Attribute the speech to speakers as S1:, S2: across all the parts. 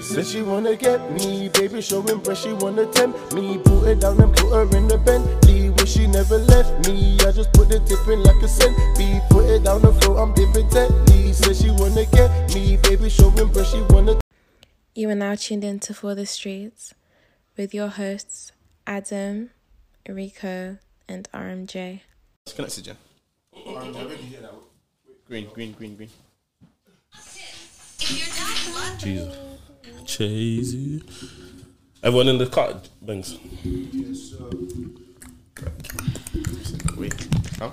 S1: Said she wanna get me, baby, showing breast, she wanna tempt me. Put her down and put her in the Bentley, where she never left me. I just put the tip in like a centbeat. Put it down the floor, I'm dipping Tetley. Said she wanna get me, baby, showing breast, she wanna.
S2: You are now tuned in to For the Streets with your hosts Adam, Rico, and RMJ.
S1: It's can oxygen. Green, green, green, green.
S3: Jesus. Crazy. Everyone in the car, Bangs.
S1: Wait, how?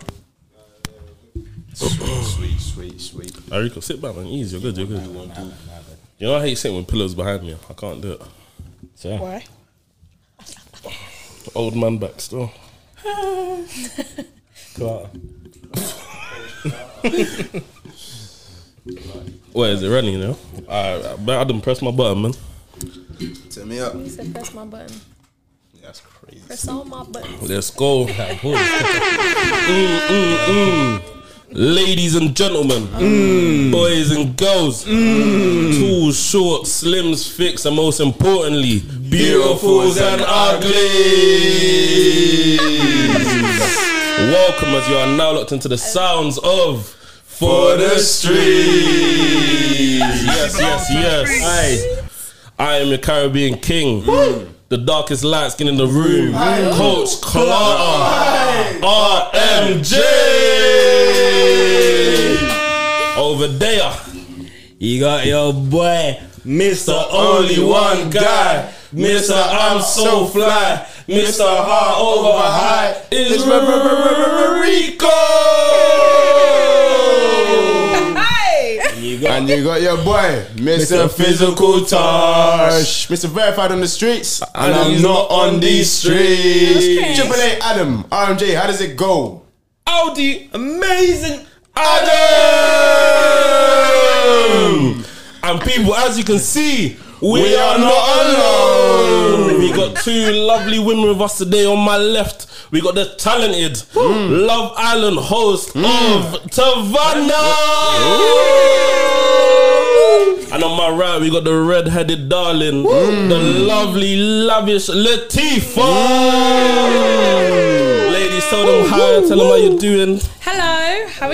S4: Sweet, sweet, sweet.
S3: Arico, sit back, man. Easy, you're good, you're good. You know, I hate sitting with pillows behind me. I can't do it.
S5: Why?
S3: Old man back still. Where is it running now? I, I, but I done press my button, man.
S4: Turn me up.
S5: You said press my button.
S4: That's crazy.
S5: Press all my buttons.
S3: Let's go. Mm, mm, mm. Ladies and gentlemen, boys and girls, tall, short, slims, fixed, and most importantly, beautifuls and uglies. Welcome as you are now locked into the sounds of For the Streets. Yes, yes, yes. I, I am your Caribbean king. The darkest light skin in the room. Coach Clara. RMJ. Over there.
S6: You got your boy, Mr. Only One Guy, Mr. I'm So Fly, Mr. High Over High is R- R- R- R- Rico.
S5: Hey!
S6: You got
S4: And you got your boy, Mr.
S6: Mr. Physical Touch,
S4: Fish, Mr. Verified on the streets.
S6: and I'm not on these streets.
S4: Triple A Adam, RMJ, how does it go?
S6: Audi, amazing Adam.
S3: And people, as you can see, we,
S6: We
S3: are,
S6: are
S3: not
S6: not
S3: alone.
S6: alone.
S3: We got two lovely women with us today. On my left, we got the talented Love Island host of Tavanna. And on my right, we got the red-headed darling, the lovely, lavish Latifa. Ladies, tell them hi, tell them how you're doing.
S5: Hello, how are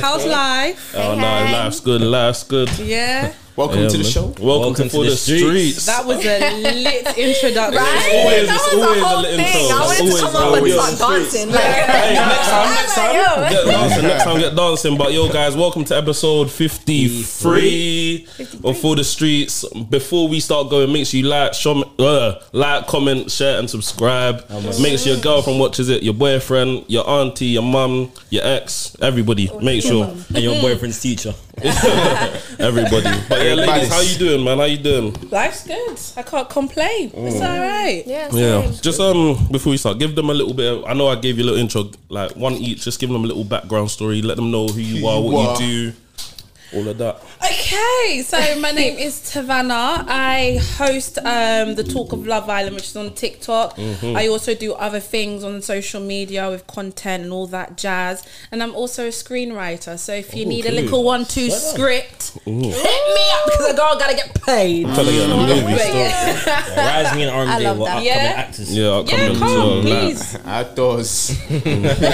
S5: How's life?
S3: Oh no, life's good, life's good.
S5: Yeah.
S4: Welcome
S3: Yeah,
S4: to the
S3: man.
S4: show.
S3: Welcome, to, For the, streets.
S5: That was a lit introduction.
S3: Always,
S7: that
S3: it's
S7: was
S3: always
S7: the
S3: a
S7: whole
S3: little
S7: thing.
S3: intro.
S7: I wanted
S3: Always,
S7: to come up and
S3: always.
S7: start dancing. Like,
S3: Hey, next time,
S7: I'm
S3: next
S7: like,
S3: time,
S7: yo.
S3: get dancing. Next time, get dancing. But yo, guys, welcome to episode fifty-three of For the Streets. Before we start going, make sure you like, shom- uh, like, comment, share, and subscribe.
S7: Oh
S3: Make sure your girlfriend watches it, your boyfriend, your auntie, your mum, your ex, everybody. Make sure
S6: And your boyfriend's teacher.
S3: everybody. But yeah, ladies, how you doing, man? How you doing?
S5: Life's good. I can't complain. It's
S3: Mm.
S5: all right.
S7: yeah,
S3: Yeah,
S7: same.
S3: just um before we start, give them a little bit. Of, I know I gave you a little intro, like one each. Just give them a little background story. Let them know who you are, what
S4: are.
S3: you do, all of that.
S5: Okay, so my name is Tavanna. I host um, the Talk of Love Island, which is on TikTok.
S3: Mm-hmm.
S5: I also do other things on social media with content and all that jazz. And I'm also a screenwriter. So if you need a
S3: Okay.
S5: little one-two script, hit me up because a girl gotta get paid.
S3: Tell her you're in a movie.
S5: But
S3: still.
S5: yeah,
S6: Rise me and
S7: I
S6: RMJ
S7: love
S6: were
S7: that.
S6: upcoming
S5: Yeah.
S6: actors.
S3: Yeah, I'll come
S5: yeah,
S3: them
S5: come
S3: to,
S5: on,
S3: uh, like,
S5: please.
S4: Actors.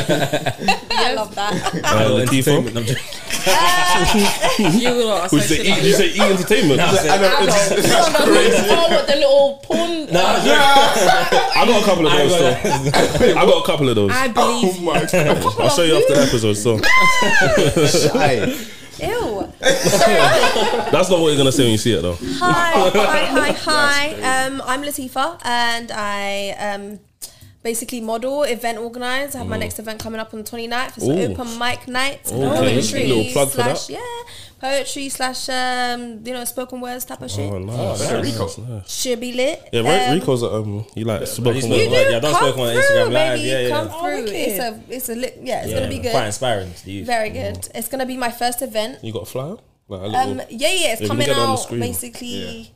S7: I love that.
S3: uh, Latifah.
S6: I'm just-
S5: You lot are so
S3: Who's the E? Did you
S5: silly.
S3: say E Entertainment?
S6: I said-
S5: Oh, no, oh, what, the little porn.
S6: No, I said-
S3: I got a couple of those. Though. I got a couple of those.
S5: I believe.
S4: Oh my god.
S3: I'll show you after the episode. So
S4: Shy.
S7: Ew.
S3: that's not what you're gonna say when you see it, though.
S7: Hi, hi, hi, hi. Um, I'm Latifa, and I um, basically model, event organizer. I have my next event coming up on the 29th. It's
S3: Mm. Ooh.
S7: an open mic night. and
S3: Okay,
S7: Poetry
S3: little plug for
S7: slash,
S3: that.
S7: yeah, poetry slash, um, you know, spoken words type of shit.
S3: Oh, nice.
S4: very
S3: nice,
S4: cool.
S3: nice.
S7: Should be lit.
S3: Yeah, right.
S7: Um,
S3: Rico's a, um, you like spoken
S6: he's
S3: word.
S6: not-
S3: right?
S6: Yeah, I done
S7: come
S6: spoke on Instagram
S7: through,
S6: Live,
S7: baby,
S6: yeah, yeah.
S7: Come
S5: Oh,
S7: through.
S5: wicked.
S7: It's a, it's a lit. Yeah, it's gonna be good.
S6: Quite inspiring to you.
S7: Very good. It's gonna be my first event.
S3: You got a flyer? Like a little.
S7: Um, yeah, yeah, it's
S3: can
S7: coming
S3: get it on the
S7: out
S3: screen.
S7: basically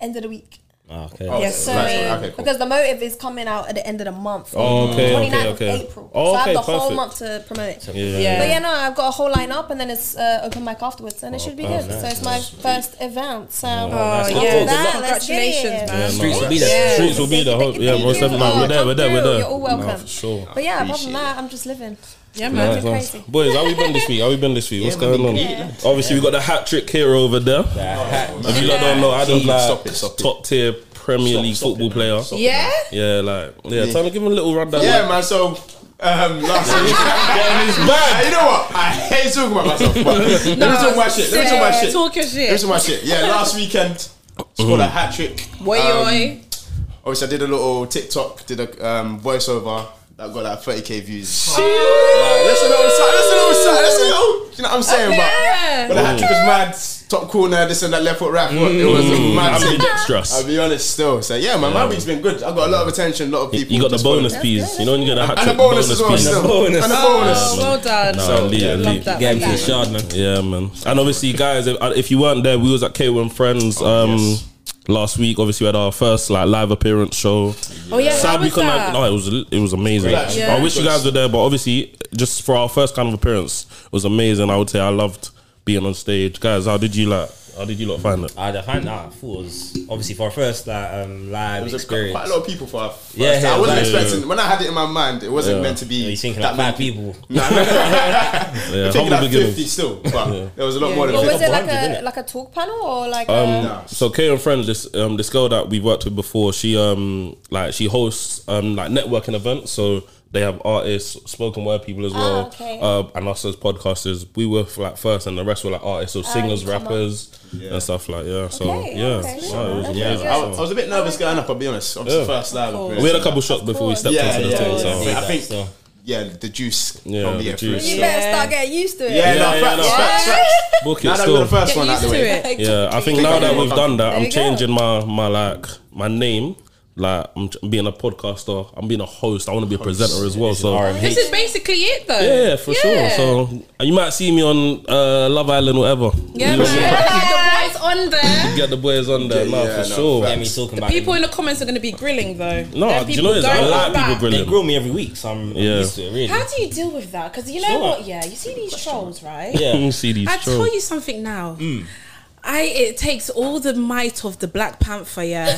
S7: end of the week.
S6: Okay.
S4: Oh,
S5: Yes,
S4: nice
S7: So
S4: one. Okay, cool.
S7: because the motive is coming out at the end of the month.
S3: Oh, okay,
S7: 29th
S3: okay,
S7: of
S3: okay.
S7: April.
S3: Oh,
S7: so I
S3: okay,
S7: have the whole
S3: perfect.
S7: month to promote it.
S3: Yeah.
S5: Yeah.
S7: But yeah, no, I've got a whole lineup and then it's uh, open mic afterwards
S3: Oh,
S7: and it should be good. So it's my first event. So
S5: Oh,
S3: nice.
S5: yeah.
S3: Good
S7: luck.
S5: Congratulations,
S7: Yeah,
S5: man.
S6: Streets will be there.
S5: Yeah.
S3: Streets will be there. Hope, yeah, most
S7: Thank you.
S3: definitely. man. We're
S7: Oh,
S3: there.
S7: come
S3: We're there. We're
S7: through.
S3: there.
S7: You're all welcome.
S3: No, for sure.
S7: But yeah, apart
S4: Appreciate
S7: from that, I'm just living.
S5: Yeah,
S3: Nice
S5: man.
S7: It's
S3: one.
S7: crazy.
S3: Boys, how we been this week? How we been this week? What's going on? Obviously, we got the hat trick here over there. If you lot don't know, Adam
S4: Jeez,
S3: like
S4: stop it, stop it.
S3: top tier Premier League football player.
S5: Yeah?
S3: Yeah, like yeah. Time to give him a little rundown.
S4: Yeah, man. So um, last week, Uh,
S3: it's bad.
S4: you know what? I hate talking about myself. But let me talk my shit. Let me talk my shit. Let
S5: Talk your
S4: me
S5: shit.
S4: talk my shit. Yeah, last weekend scored a hat trick.
S5: Boy,
S4: Um,
S5: boy.
S4: Obviously, I did a little TikTok, did a um, voiceover that got like 30k views. Like, That's a little, side- that's a little, side- that's a little. You know what I'm saying?
S5: Yeah.
S4: But, but the hat trick was mad. Top corner, this and that, left foot, right foot. It was a mad. thing.
S3: Ambidextrous.
S4: I'll be honest still. So yeah, man, my week's been good. I got a lot of attention, a lot of people.
S3: You got the
S4: just following
S3: bonus
S4: me.
S3: piece. You know when you get a hat
S4: And the
S3: trick
S4: bonus as well.
S3: piece.
S4: still.
S6: bonus.
S4: And the
S5: Oh,
S4: bonus.
S5: well done.
S3: Nah, elite,
S4: yeah,
S3: elite.
S5: Love that.
S6: Get him
S5: Love
S6: to
S5: that.
S6: shard, man.
S3: Yeah, man. And obviously, guys, if, if you weren't there, we was at K1 Friends um,
S4: Oh, yes.
S3: last week. Obviously, we had our first like live appearance show.
S5: Oh, yeah, how was
S3: couldn't,
S5: that?
S3: Like, no, it was it was amazing.
S4: Great.
S5: Yeah.
S3: I wish you guys were there, but obviously, just for our first kind of appearance, it was amazing. I would say I loved being on stage, guys. How did you like? How did you lot find it?
S6: I find that I thought it was obviously for our first like um live
S4: It was a-
S6: experience.
S4: quite a lot of people for our first
S6: Yeah, yeah,
S4: I wasn't
S6: yeah, yeah.
S4: expecting when I had it in my mind, it wasn't meant to be
S6: He's thinking
S4: that
S6: like
S4: many
S6: five people.
S4: people. I'm thinking
S3: humble
S4: like
S3: beginnings.
S4: fifty still, but there was a lot more than
S7: But was
S4: fifty.
S7: it like
S6: 100,
S7: a
S6: innit?
S7: like a talk panel or like
S3: Um,
S7: a,
S3: So Kay and friend, this um, this girl that we've worked with before, she um like she hosts um like networking events. So they have artists, spoken word people as well,
S7: Ah, okay.
S3: uh, and us as podcasters. We were like first, and the rest were like artists, or singers,
S7: Ah, come on.
S3: rappers, and stuff like yeah. So
S7: Okay,
S3: yeah,
S7: okay.
S3: so it was
S7: That's
S4: Yeah, I
S3: amazing.
S4: was- I was, I was a bit nervous going up. I'll be honest. Obviously,
S3: Yeah.
S4: first live. appearance.
S3: We had a couple shots before we stepped
S4: Yeah,
S3: onto
S4: yeah,
S3: the stage.
S4: yeah,
S3: so.
S4: yeah.
S6: Yeah,
S4: I think
S6: so.
S4: yeah, the juice.
S3: Yeah,
S4: probably
S3: the
S4: get
S3: juice.
S4: through.
S7: you better start getting used to it.
S4: Yeah, no,
S3: yeah,
S4: facts,
S3: no.
S4: facts, facts.
S3: Book it
S4: Now that we
S3: still.
S4: got the first one
S5: Get
S4: out the
S5: used
S4: way.
S5: to it.
S3: Yeah, I think
S4: Click
S3: now
S4: on
S3: that
S4: it.
S3: we've done that,
S7: There
S3: I'm
S7: you go.
S3: changing my my like my name. Like I'm ch- being a podcaster, I'm being a host. I want to be a presenter as well. So
S5: This is basically it, though.
S3: yeah, for sure. So and you might see me on uh, Love Island, whatever.
S5: Yeah,
S3: You know,
S5: man. Get the boys on there.
S3: Get the boys on there, no,
S4: yeah,
S3: for
S4: no,
S3: sure.
S4: fact.
S6: Get me talking about
S5: People in the comments are going to be grilling, though.
S3: No,
S5: Them
S3: do you know
S5: people
S3: this? I
S5: don't
S3: like people
S5: that.
S6: They
S3: grilling.
S6: grill me every week, so I'm, I'm
S3: Yeah.
S6: used to it really.
S5: How do you deal with that? Because you know
S6: Sure.
S5: what? Yeah, you see these trolls, right?
S6: Yeah.
S3: see these
S5: I
S3: trolls.
S5: tell you something now.
S3: Mm.
S5: I it takes all the might of the Black Panther, yeah,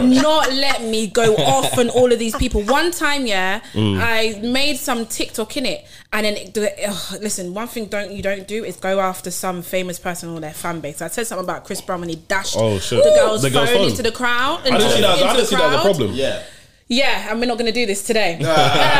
S5: not let me go off on all of these people. One time, yeah,
S3: Mm.
S5: I made some TikTok in it, and then it, ugh, listen, one thing don't you don't do is go after some famous person or their fan base. I said something about Chris Brown when he dashed
S3: Oh, shit.
S5: the girl's
S3: The girl's
S5: phone,
S3: phone.
S5: into the crowd.
S3: I didn't see that. As, I
S5: into
S3: didn't
S5: the
S3: see that as a
S5: crowd.
S3: problem.
S4: Yeah.
S5: Yeah, and we're not going to do this today.
S4: Ah,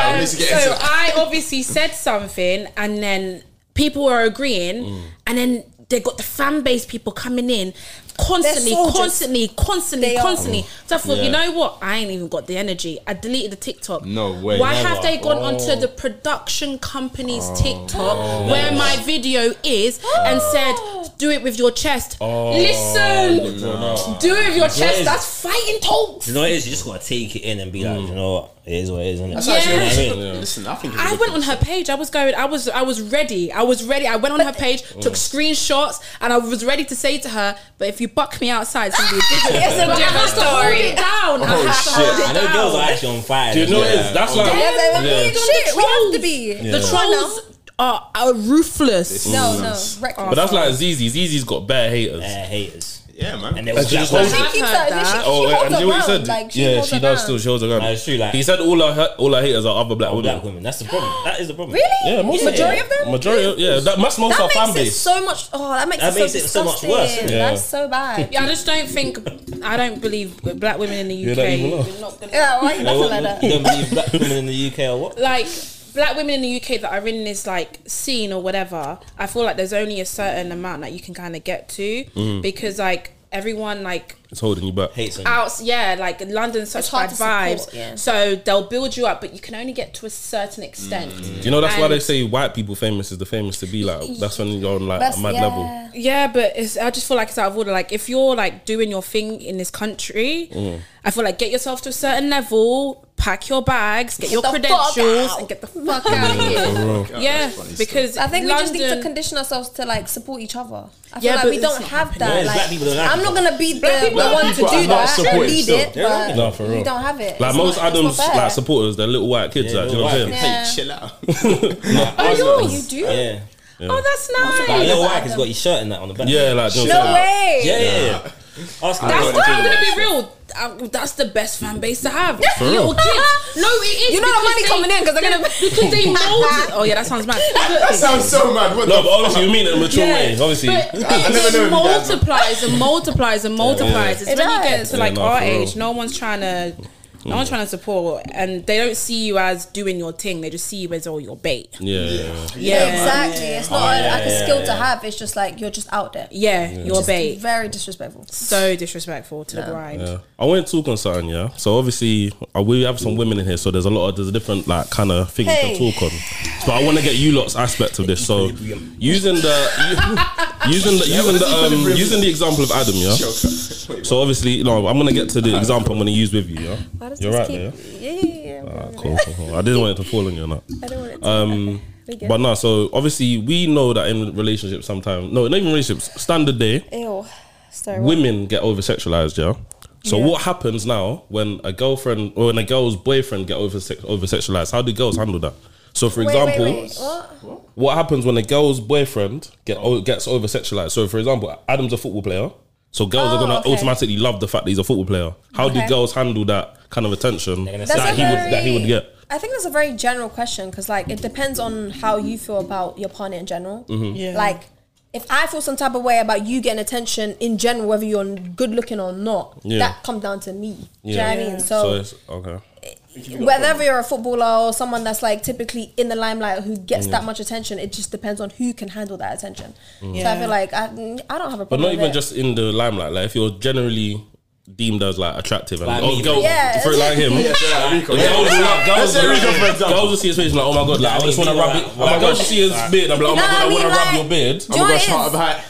S4: we
S5: Um,
S4: need to get into
S5: so
S4: it.
S5: I obviously said something, and then people were agreeing,
S4: Mm.
S5: and then they got the fan base people coming in constantly,
S7: They're soldiers.
S5: constantly, constantly,
S7: They are.
S5: constantly. So I thought,
S3: Yeah.
S5: you know what? I ain't even got the energy. I deleted the TikTok.
S4: No way.
S5: Why
S4: Never. Oh.
S5: have they gone onto the production company's TikTok where
S4: Oh.
S5: my video is and said, "Do it with your chest."
S4: Oh.
S5: Listen, do it with your chest.
S6: is-
S5: That's fighting talks.
S6: You know what it is? You just gotta take it in and be like,
S3: Mm.
S6: you know what? It is what it is, isn't it?
S4: That's
S5: Yeah.
S4: actually
S5: Yeah.
S4: listen, listen. I think it's a
S5: I
S4: good
S5: went on
S4: thing.
S5: her page. I was going. I was. I was ready. I was ready. I went on her page,
S7: Oh.
S5: took screenshots, and I was ready to say to her, "But if you buck me outside, it's gonna be a different,
S7: It's a
S5: I have
S7: different
S5: to hold
S7: story.
S5: it down. I
S4: Oh,
S5: have to
S4: shit.
S5: hold
S6: I
S5: it
S6: know girls are
S5: down.
S6: actually on fire.
S3: Do you know what it is? That's like
S7: Yeah, they were
S3: Yeah.
S7: big. Shit, we have to be.
S5: The trolls are, are ruthless.
S7: No, no. Wreck
S3: But that's like Zizi. Zizi's got bare haters.
S6: Yeah, haters.
S4: Yeah, man.
S6: And they was
S3: she
S6: just
S3: just
S6: like,
S3: holds
S7: she
S3: I've
S7: keeps
S5: heard
S7: her,
S5: that.
S7: she, she
S3: Oh,
S7: holds
S3: and do
S7: her
S3: you know what he
S7: ground,
S3: said?
S7: Like, she
S3: yeah,
S7: holds
S3: she
S7: her
S3: does
S7: ground.
S3: still. She holds her gun.
S6: No, it's true, like-
S3: he said all her all her haters are other black women.
S6: black women. That's the problem. That is the problem.
S7: Really?
S3: Yeah, most of
S7: Majority
S3: them.
S7: of them?
S3: Majority, of- yeah. That, that's most
S7: That
S3: our
S7: makes
S3: fan
S7: it
S3: base.
S7: so much. Oh, that makes,
S6: That
S7: it,
S6: makes
S7: so
S6: it so much
S7: disgusting.
S6: worse, isn't it?
S3: Yeah.
S7: That's so bad.
S5: Yeah, I just don't think. I don't believe black women in the UK.
S3: don't even know.
S5: We're not gonna-
S7: Yeah, why are you laughing like that?
S6: You don't believe black women in the UK or what?
S5: like black women in the UK that are in this like scene or whatever, I feel like there's only a certain amount that you can kind of get to
S7: Mm.
S5: because like everyone like
S3: It's holding you back.
S6: Hates them.
S5: out yeah like London's such
S7: It's
S5: bad
S7: hard to
S5: vibes
S7: support, yeah.
S5: so they'll build you up but you can only get to a certain extent
S3: You know that's why they
S5: And-
S3: say white people famous is the famous to be like. That's when you're on like
S7: That's,
S3: a mad
S7: yeah.
S3: level.
S5: yeah but it's I just feel like it's out of order like if you're like doing your thing in this country I feel like get yourself to a certain level pack your bags, get your
S7: the fuck
S5: credentials,
S7: out.
S5: and get the fuck out of here. yeah, because
S7: I think
S5: London,
S7: we just need to condition ourselves to like support each other. I feel
S5: Yeah,
S7: like
S5: but
S7: we
S5: it's
S7: don't
S5: not
S7: have that.
S6: Yeah,
S7: like,
S6: black people don't have
S7: I'm not gonna be the,
S5: Black
S7: the
S5: people- Black
S7: one to
S4: people are not
S7: do that.
S4: supported
S7: Lead
S4: still.
S7: it, but
S3: No, for real.
S7: we don't have it.
S3: Like
S7: It's
S3: most
S7: not- it's
S3: Adams,
S7: not fair.
S3: like supporters, they're little white kids.
S6: Yeah,
S3: like, do you know
S6: little
S3: what I'm
S6: white
S3: saying?
S5: uh,
S4: Hey, chill out.
S5: Oh,
S7: You
S5: yours.
S7: do?
S6: Yeah.
S5: Oh, that's
S6: But
S5: nice.
S6: Lil Wack has got his shirt and that on the back.
S3: Yeah, like do you know
S7: No
S3: what I'm saying?
S7: way.
S6: Yeah, yeah, yeah. Ask him.
S5: That's
S6: That's
S5: not, I'm gonna be real. Uh, that's the best fan base to have.
S3: For real.
S5: Little kids. No, it is.
S7: You know the
S5: because
S7: money
S5: they-
S7: coming in 'cause they're gonna-
S5: because they molded. Oh yeah, that sounds mad.
S4: That sounds so mad. What
S3: No,
S4: the
S3: but obviously you mean it in a mature
S5: Yeah,
S3: way. Obviously,
S5: but
S4: I never
S5: it
S4: knew that, but-
S5: multiplies and multiplies and multiplies. It's
S7: It
S5: when you
S7: does.
S5: get to like
S3: Yeah, no,
S5: our
S3: for real.
S5: age, no one's trying to, no one's trying to support, and they don't see you as doing your thing. They just see you as all your bait.
S3: yeah, yeah.
S5: Yeah,
S7: Exactly. It's not
S6: Oh,
S7: a-
S6: yeah,
S7: like a
S6: yeah,
S7: skill to
S6: yeah.
S7: have. It's just like you're just out there.
S5: Yeah, your bait.
S7: Very disrespectful.
S5: So disrespectful to the bride.
S3: Yeah. I want to talk on something, yeah. So obviously, uh, we have some women in here, so there's a lot of there's different like kind of things
S7: Hey.
S3: to talk on. But I want to get you lot's aspect of this. So using the u- using the using the um, using the example of Adam, yeah.
S4: joker? Wait,
S3: So obviously, no, I'm gonna get to the example I'm gonna use with you, yeah.
S7: Why does
S3: You're
S7: this
S3: right
S7: keep-
S3: there. yeah?
S7: Yeah, yeah, yeah.
S3: Ah, cool, cool, cool. I didn't want it to fall on you or not.
S7: I don't want it to.
S3: Um, but no, so obviously we know that in relationships sometimes, no, not even relationships, standard day,
S7: Ew. Sorry. what?
S3: women get over sexualized, yeah. So what happens now when a girlfriend or when a girl's boyfriend get over over sexualized? How do girls handle that? So for
S7: Wait,
S3: example,
S7: wait, wait. What?
S3: what happens when a girl's boyfriend get o gets over sexualized? So for example, Adam's a football player. So girls are
S7: Oh,
S3: gonna
S7: okay.
S3: automatically love the fact that he's a football player. How do
S7: Okay.
S3: girls handle that kind of attention
S6: gonna
S3: that
S6: say-
S3: he would that he would get?
S7: I think that's a very general question because, like, it depends on how you feel about your partner in general.
S3: Mm-hmm.
S5: Yeah.
S7: Like, if I feel some type of way about you getting attention in general, whether you're good looking or not,
S3: Yeah.
S7: that comes down to me. Do you know what I mean?
S3: So it's okay.
S7: whether you're a footballer or someone that's like typically in the limelight who
S4: Mm.
S7: gets that much attention, it just depends on who can handle that attention.
S4: Mm.
S7: So I
S5: Yeah.
S7: feel like I, mm, I don't have a problem.
S3: But not
S7: with
S3: even
S7: it.
S3: just in the limelight. Like if you're generally deemed as like attractive and
S6: Like
S3: oh,
S6: me,
S3: girl,
S7: Yeah.
S3: for like him.
S4: Yeah, chill out, Rico.
S3: Girls will love- girls
S4: Let's say
S3: will
S4: Rico, for
S3: love-
S4: example.
S3: girls will see his face and like, oh my god, like, I just want to rub it. Oh my
S6: Like,
S3: god, she see his
S6: like-
S3: beard. I'm like, oh my
S7: No,
S3: god,
S7: I
S3: I want to
S7: mean,
S3: rub
S7: like-
S3: your beard.
S7: Do you know what it
S4: Shut up,
S7: is?
S4: hat.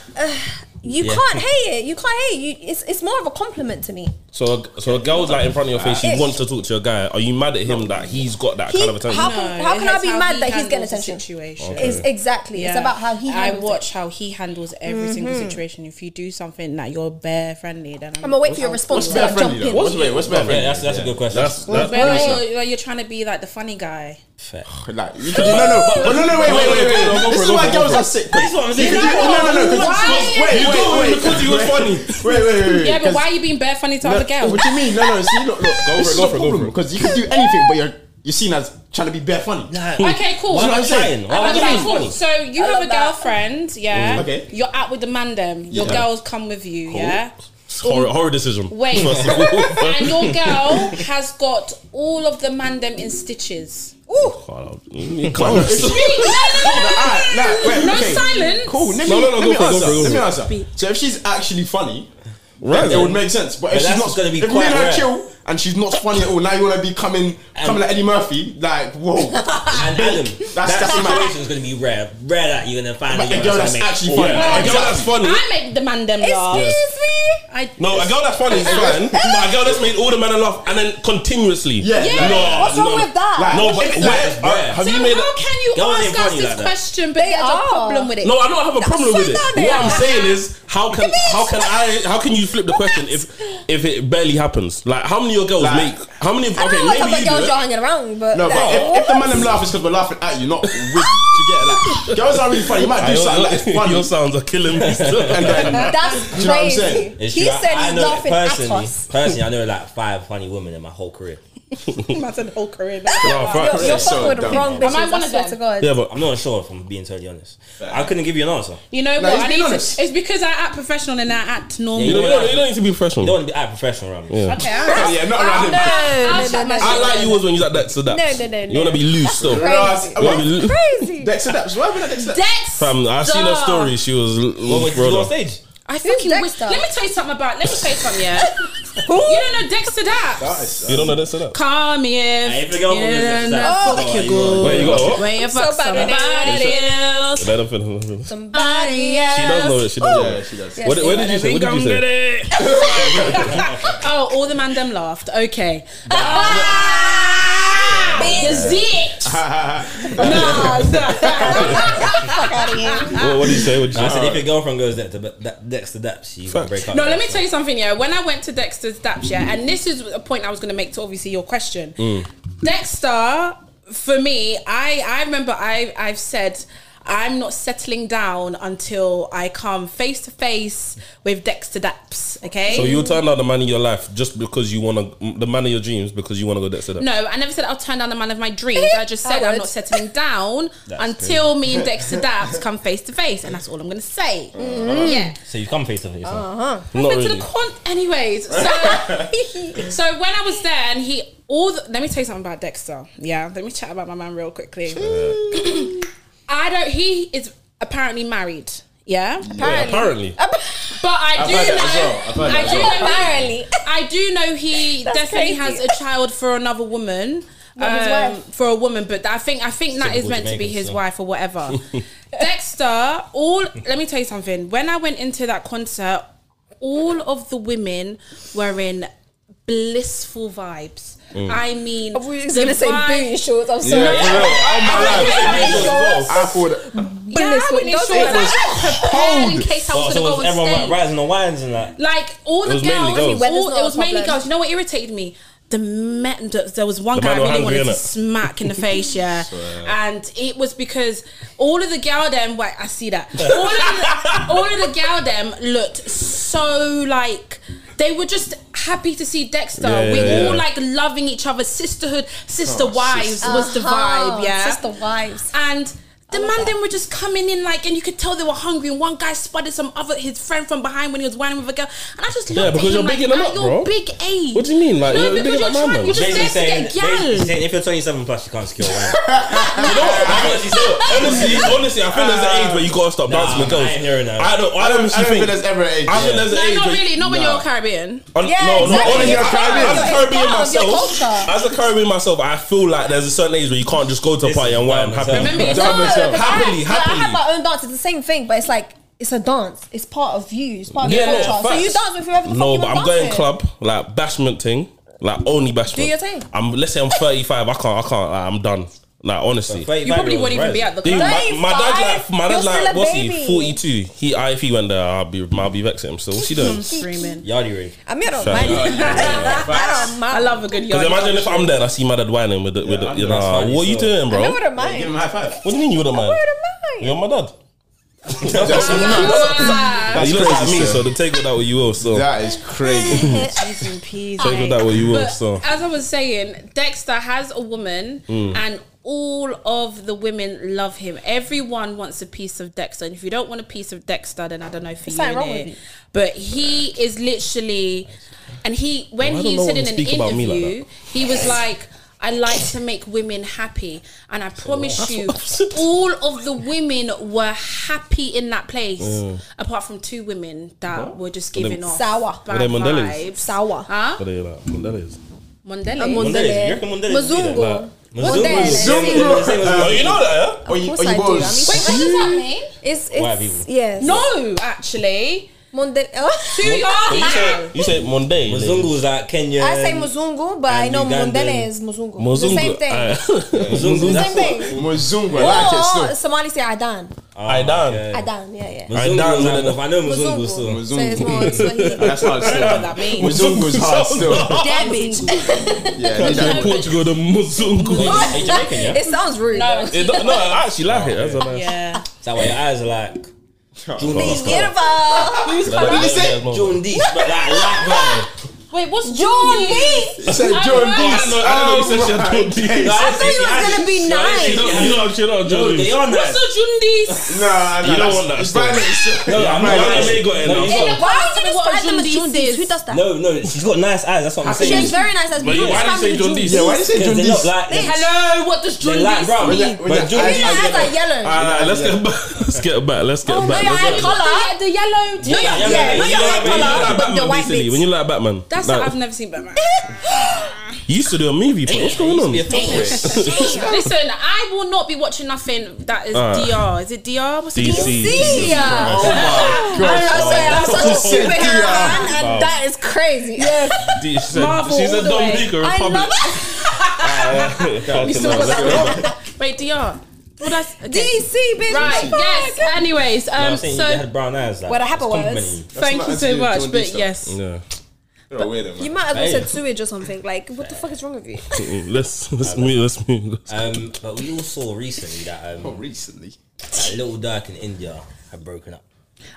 S7: You
S6: Yeah.
S7: can't hate it. You can't hate it. You, it's, it's more of a compliment to me.
S3: So, a- so a girl's like in front of your face. She
S7: Ish.
S3: wants to talk to your guy. Are you mad at him that he's got that
S7: He-
S3: kind of attention?
S7: how can, how
S5: it
S7: can I
S5: has
S7: be
S5: how
S7: mad
S5: he
S7: that he's getting
S5: handles the
S7: attention?
S5: Situation.
S7: It's exactly. It's
S5: Yeah.
S7: about how he.
S5: I
S7: handles it. Mm-hmm.
S5: watch how he handles every single situation. If you do something that you're bare friendly, then I'm,
S7: I'm gonna wait for your response
S4: What's
S7: to
S4: bear
S7: like, jump
S4: friendly?
S7: in.
S4: though? What's wait? What's bear
S6: yeah,
S4: friendly?
S6: that's, that's a good question.
S3: That's that's
S5: Bare
S3: really
S5: friendly, like, you're trying to be like the funny guy.
S4: Like, you can, no, no, but no, no, wait, wait, wait, wait.
S3: No, go for
S4: This is
S3: it, go
S4: why
S3: for it,
S4: girls
S3: go
S4: are sick.
S6: That's what I'm
S4: You
S6: saying.
S4: can do- No, no, no, no. 'cause-
S5: Why?
S4: Wait,
S3: You
S4: wait,
S3: got him
S4: wait.
S3: because he was funny.
S4: Wait, wait, wait, wait.
S5: Yeah, but
S4: 'cause-
S5: why are you being bare funny to
S4: No,
S5: other girls?
S4: What do you mean? No, no. See, look, look. Go
S3: for it, go for it, go for it.
S4: Because you can do anything, but you're you're seen as trying to be bare funny.
S5: Okay, cool.
S6: Why am I
S4: Okay,
S6: trying? Why am I
S5: Okay,
S6: trying?
S5: cool. So you
S7: I
S5: have
S7: love
S5: a
S7: that.
S5: girlfriend, yeah.
S4: Okay.
S5: You're out with the man them. Your
S4: Yeah.
S5: girls come with you, yeah.
S3: horror, horror decision.
S5: Wait.
S3: First of all.
S5: And your girl has got all of the man them in stitches.
S3: Oh, you can't-
S4: Alright, ah, nah, wait,
S5: No
S4: okay.
S5: silence.
S4: Cool. Let me,
S3: No, no, no,
S4: let
S3: go
S4: me
S3: for it, go
S4: answer.
S3: for it, go
S4: let me
S3: for it.
S4: answer. So if she's actually funny,
S3: Right.
S4: it would make sense. But if
S6: Yeah,
S4: she's
S6: that's
S4: not
S6: gonna be
S4: if
S6: quite
S4: me and her
S6: rare.
S4: chill and she's not funny at all, now you want to be coming, coming like Eddie Murphy, like whoa.
S6: And Adam, that
S4: that's my-
S6: situation is going to be rare. Rare that you're going to find
S4: But a
S6: you're
S4: girl
S6: gonna
S4: that's
S6: make-
S4: actually
S6: Oh,
S4: funny.
S6: yeah.
S4: A girl that's funny.
S5: I make the man them laugh.
S7: Excuse me.
S5: I
S3: No, a girl that's funny is fine, but a girl that's made all the men laugh and then continuously.
S4: Yeah. Yeah.
S3: No,
S7: What's wrong
S3: no.
S7: with that?
S4: Like,
S3: No, but
S4: It's
S3: wait,
S4: like-
S3: uh, have
S5: so
S3: you made?
S5: how can you
S6: Girls ain't
S5: ask us
S6: funny
S5: this
S6: like that.
S5: question but
S7: They
S5: you have
S7: are.
S5: a problem with it?
S3: No, I don't have a problem
S7: so
S3: with it.
S7: down there.
S3: What I'm saying is, how can how can I how can you flip the question if if it barely happens? Like, how many of your girls
S4: Like-
S3: make? How many? Of,
S7: I
S3: okay,
S7: don't know what type
S3: maybe you
S7: of
S3: do
S7: girls
S3: it.
S7: you're hanging around, but
S4: No, but
S7: like,
S4: if, if the man them laugh, it's because we're laughing at you, not with you. Do you get it? Like, girls are really funny. You might do something like it's
S3: Your-
S4: funny.
S3: Your sounds are killing me.
S4: And then,
S7: that's
S4: you
S7: crazy.
S4: know what I'm saying?
S6: It's
S7: he
S6: true. I-
S7: said
S6: I
S7: he's
S6: know-
S7: laughing at
S6: personally,
S7: us.
S6: Personally, I know like five funny women in my whole career.
S5: that's a whole career.
S3: No, fuck.
S7: You're, you're
S4: It's so
S7: fucking with the
S4: dumb.
S7: wrong bitches.
S5: Am I one
S7: I
S5: of
S7: swear
S5: them?
S7: to God.
S3: yeah, but
S6: I'm not sure if I'm being totally honest. I couldn't give you an answer.
S5: You know
S4: No,
S5: what?
S4: he's
S5: I
S4: being
S5: need to,
S4: honest.
S5: it's because I act professional and I act normal.
S6: Yeah,
S3: you
S6: know
S3: don't, you don't, you don't need to be
S6: You don't
S3: professional.
S6: want to be out professional around me.
S3: Yeah.
S5: okay, I,
S4: yeah, not
S5: Oh,
S4: around him.
S5: I'll shut my
S3: I
S5: shit
S3: like
S5: down.
S3: you was when you was at Dexter Daps.
S7: No, no, no,
S3: You want to
S7: no.
S3: be loose still.
S4: Right.
S7: Crazy.
S4: Oh,
S3: You want to be loose.
S7: Crazy.
S4: Dexter Daps. Why are we not Dexter Daps?
S5: Dex.
S3: Fam, I seen her story. She was.
S6: What was you on stage?
S5: I fucking wish.
S7: Dexter?
S5: Let me tell you something about. Let me tell you something. Yeah, you don't know Dexter Daps.
S3: You don't know Dexter Daps.
S5: Come here.
S6: Hey, if the girl was
S5: Yeah,
S6: Dexter
S5: no, fuck
S6: Daps, come on,
S5: you
S6: you
S5: good.
S6: are.
S3: Wait, you got what?
S5: When you
S7: so
S5: fuck
S7: bad at
S5: somebody else,
S3: Let her finish, let her finish.
S5: somebody else.
S3: She does know it. She does know
S4: Yeah,
S3: it.
S4: she does.
S3: What, did- what did you say? What did you say?
S5: oh, all the man them laughed. Okay. Is it? Nah,
S7: Fuck out of here.
S3: What, what do you say? What do you
S6: I
S3: say?
S6: said if your girlfriend goes next to that next to that, she
S3: Facts.
S6: break up.
S5: No, let me tell you something, yeah. When I went to Dexter's Daps, yeah, and this is a point I was going to make to obviously your question. Dexter, for me, I, I remember I, I've said I'm not settling down until I come face to face with Dexter Daps, okay?
S3: So you'll turn Oh, down the man in your life just because you want to, the man of your dreams because you want to go Dexter. Daps.
S5: No, I never said I'll turn down the man of my dreams. I just said
S7: I
S5: I'm
S7: would.
S5: not settling down until me and Dexter Daps come face to face, and that's all I'm going to say. Yeah.
S6: So you come face to face. huh?
S3: Not
S5: went
S3: really.
S5: to the con anyways so so when i was there and he all the, let me tell you something about dexter yeah let me chat about my man real quickly i don't he is apparently married yeah
S3: Apparently.
S5: but i do
S4: heard that
S5: know
S4: as well. I've heard that
S5: i
S4: as
S5: do
S4: well.
S5: know
S7: Apparently.
S5: I do know he
S7: That's
S5: definitely
S7: crazy.
S5: has a child for another woman.
S7: Not his
S5: um,
S7: wife.
S5: For a woman, but I think I think that is
S6: Typical
S5: meant to be
S6: Jamaicans,
S5: his
S6: so.
S5: wife or whatever. Dexter, all let me tell you something. When I went into that concert, all of the women were in blissful vibes.
S6: Mm.
S5: I mean,
S7: I was
S5: the
S7: going to say
S5: vibe-
S7: booty shorts. I'm
S4: Yeah,
S7: sorry.
S4: for real. Oh my
S7: Booty
S4: life. I thought
S5: Yeah, I went in
S7: shorts.
S5: shorts. I was prepared in case I
S6: Oh, So,
S5: was going
S6: so was
S5: to go on
S6: everyone
S5: stage.
S6: rising on wines and that.
S5: Like all the
S3: was
S5: girls,
S3: mainly girls.
S5: All,
S7: Weather's not
S5: it
S7: a
S5: was mainly
S7: problem.
S5: girls. You know what irritated me? The man, th- there was one
S3: The
S5: guy I
S3: man were
S5: really
S3: hungry,
S5: wanted to
S3: innit?
S5: smack in the face, yeah, and it was because all of the gal them. Wait, I see that. All of the, all of the gal them looked so like they were just happy to see Dexter.
S3: Yeah,
S5: we
S3: yeah, Oh,
S5: all
S3: yeah.
S5: like loving each other, sisterhood, sister wives was the
S7: Uh-huh.
S5: vibe, yeah,
S7: Sister wives.
S5: and the man then were just coming in like, and you could tell they were hungry. And one guy spotted some other his friend from behind when he was whining with a girl, and I just looked
S3: Yeah, because
S5: at
S3: you're
S5: him like,
S3: bigging them up,
S5: at your
S3: bro.
S5: big age.
S3: What do you mean? Like,
S5: No,
S3: you're
S5: because
S3: bigging
S5: you're
S3: up my
S5: trying,
S3: man.
S5: you're just
S6: Basically
S5: there to
S6: saying,
S5: get gal.
S6: basically saying if you're 27 plus, you can't secure wine. you know what? That's what she said.
S3: Honestly, honestly, I think there's an age where you gotta stop dancing with
S6: nah, I
S3: girls.
S6: ain't hearing that.
S3: I don't. I
S4: I
S3: don't
S4: don't
S3: honestly
S4: think
S3: think.
S4: there's ever an age.
S3: I think there's an
S5: No,
S3: age.
S5: not
S3: where-
S5: really. Not when
S4: Nah.
S5: you're Caribbean.
S3: On,
S7: Yeah,
S3: no,
S7: exactly.
S3: no, honestly,
S4: You're
S3: I-
S4: Caribbean.
S3: as a
S7: It's
S3: Caribbean
S7: part of your
S3: myself,
S7: culture.
S3: as a Caribbean myself, I feel like there's a certain age where you can't just go to a
S6: This
S3: party
S6: is
S3: and wine
S6: dumb as
S3: happy.
S6: hell.
S5: Remember, it's
S4: Damn
S5: not-
S4: yourself.
S7: because
S3: Happily,
S7: I, like, I
S3: happily.
S7: have my own dance. It's the same thing, but it's like it's a dance. It's part of you. It's part of
S3: Yeah,
S7: your
S3: no,
S7: culture. so you
S3: facts.
S7: dance with whoever the fuck
S3: No,
S7: you
S3: but
S7: want
S3: I'm going
S7: dancing.
S3: club like bashment thing, like only bashment.
S7: your thing.
S3: I'm let's say I'm 35. I can't. I can't. Like, I'm done. Like honestly.
S5: You probably wouldn't even be at the
S3: Dude,
S5: club.
S3: my, my dad like my dad
S7: You're still
S3: like
S7: a
S3: what's
S7: baby.
S3: he? Forty two. He I if he went there, I'll be I'll be vexing him. So what's he doing? Because
S5: Screaming.
S6: Yardi rave.
S7: I mean, I don't
S3: Fair
S7: mind.
S3: enough.
S7: I don't mind.
S5: I love a good yard.
S3: imagine if I'm there and I see my dad whining with the, with the,
S6: I'm
S3: you
S6: gonna
S3: know
S6: smile
S3: what are you
S6: yourself.
S3: doing, bro?
S7: I
S3: What
S7: wouldn't
S4: Give
S7: mind.
S4: him a high five.
S3: do you mean you wouldn't
S7: I
S3: mind?
S7: wouldn't mind.
S3: You're my dad.
S4: That's
S5: Wow.
S3: you look like
S4: crazy,
S3: me,
S4: sir.
S3: so the take with that what you will. So
S4: That is crazy.
S3: take with that what you will. So
S5: As I was saying, Dexter has a woman,
S3: Hmm.
S5: and all of the women love him. Everyone wants a piece of Dexter, and if you don't want a piece of Dexter, then I don't know for you.
S7: something wrong
S5: innit?
S7: with you.
S5: But he is literally, and he when
S3: Well, I don't
S5: he
S3: know
S5: said
S3: when
S5: in
S3: to
S5: an
S3: speak about me like
S5: interview, he was like. I like to make women happy, and I promise you, all of the women were happy in that place,
S3: Hmm.
S5: apart from two women that were just giving off
S7: Sour.
S5: bad
S3: Were they Mondelez?
S5: vibes.
S7: Sour. Uh,
S5: Huh?
S3: But they like, well, that is.
S5: Mondele.
S6: Mondelez. You reckon Mondelez?
S7: Mazungu.
S6: Mazungu.
S4: Zungu.
S3: Oh, you know that? Yeah?
S4: Or Um, you-
S7: Of
S4: or
S7: course I
S4: you
S7: do. I mean,
S4: boys.
S5: Wait, what does that mean?
S7: It's
S6: White people.
S7: it's yes.
S5: Mm. No, actually.
S7: Monde-
S5: Who you
S3: So you
S5: are
S3: say you say Monday.
S6: Mazungu is like Kenya.
S7: I say Ah, Muzungu, but I
S6: Um, And
S7: know
S6: Ugandan.
S7: Mondele is Muzungu. It's
S3: Mozungu.
S7: The same thing.
S6: Mazungu.
S7: Same
S6: that's what-
S7: thing.
S4: Muzungu. I like it
S7: Or
S4: still.
S7: Somali say Adan.
S3: I done.
S7: Adan, yeah, yeah.
S3: I
S6: Mazungu
S3: dance
S6: is
S3: with
S6: like-
S3: it.
S6: if I know Mazungu
S7: Muzungu.
S6: still.
S7: So it's more Swahili.
S4: That's hard
S5: what
S4: still.
S5: that means.
S4: Muzungu's hard still.
S7: Damage.
S4: Yeah, need
S3: In
S4: that.
S3: Portugal, the Mazungu.
S6: Hey, Jamaican, yeah?
S7: It sounds rude.
S5: No,
S7: though.
S3: It don't- no, I actually like it. That's a nice.
S5: Yeah.
S6: Is that why your eyes are like.
S7: Beautiful.
S3: What
S4: you say?
S6: John Dees, but like light brown.
S5: Wait, what's
S7: John
S5: Jordan?
S7: Lee.
S4: You said
S5: I
S4: Jordan
S5: don't
S4: Dees.
S3: know- I don't know if you said
S4: Oh,
S3: Jordan Dees.
S4: right.
S6: No,
S7: I thought you was
S6: actually-
S7: gonna be
S6: no,
S7: nice.
S6: actually, no,
S3: You don't you don't
S6: no,
S3: judge
S6: They
S3: me.
S6: are
S5: What's
S6: nice.
S5: the Jundis?
S4: Nah, nah,
S3: You don't
S4: that's-
S3: want that
S4: it's
S3: still.
S4: violent still.
S6: No,
S4: Violent.
S6: I'm not
S3: I
S6: nice.
S3: may got it
S6: No,
S3: now,
S6: you
S3: so-
S6: don't-
S7: Why would you
S5: Why
S7: describe them as
S5: John
S7: John
S5: Dees?
S7: Dees? Who does that?
S6: No, no, she's got nice eyes. That's what I'm
S4: She
S6: saying.
S7: She is very nice. As
S3: But you- why do you say John Dees?
S6: Yeah,
S4: why do you say
S6: Because
S4: John
S6: they're
S4: Dees?
S6: not black. They're,
S5: Hello, what does
S6: they're
S5: John
S6: light
S5: Dees?
S6: brown.
S4: When you- when
S6: But
S4: you-
S6: John
S4: I-
S6: Dees
S7: Your
S6: is
S7: eyes
S6: yellow.
S7: are yellow.
S3: Alright, Ah, let's get back. Let's get back. Let's get
S7: Oh,
S3: back.
S7: no, your
S3: Let's get
S7: eye
S3: back.
S7: colour.
S5: The, the yellow.
S6: Yeah, yeah,
S7: Yeah,
S6: yeah,
S7: not
S6: yeah,
S7: your
S6: yeah,
S7: eye
S6: yeah, yeah,
S7: colour,
S6: yeah.
S7: but the white
S3: When
S7: bits.
S3: you like Batman,
S5: That's
S3: like,
S5: it. I've never seen Batman.
S3: you used to do a movie. But what's going on?
S6: Be a favorite.
S5: Listen, I will not be watching nothing that is
S3: Alright.
S5: DR. Is it DR? What's it?
S3: DC.
S7: See ya.
S4: Oh my
S7: I
S4: gosh.
S7: swear, I'm such a
S4: She said
S3: Oh
S7: superhero
S4: Dia.
S7: fan, and that That is crazy.
S5: Yes.
S3: She said,
S5: Marvel
S3: she's a
S5: all the way.
S3: Dominican
S7: I
S3: Republic.
S7: love it.
S3: Yeah,
S7: still
S3: okay,
S7: got
S3: let's
S7: that
S3: go.
S5: Wait, DR. What I s- okay.
S7: DC, bitch.
S5: Right.
S7: Fuck.
S5: Yes. Anyways,
S6: I'm
S5: um,
S6: saying you
S5: so
S6: had brown eyes. Like,
S7: What happened
S6: it's
S7: was-
S6: complimenting you.
S5: thank
S4: not
S5: you
S4: to do
S5: so
S4: with
S5: much,
S4: Jordan
S5: but
S4: stuff.
S5: yes.
S3: Yeah.
S4: You're a weirdo,
S7: You
S4: man.
S7: might have well
S6: Hey.
S7: said sewage or something. Like, what the fuck is wrong with you?
S3: Let's let's move. Let's move.
S6: Um, but we all saw recently that um,
S4: Not recently.
S6: that Little Dirk in India had broken up.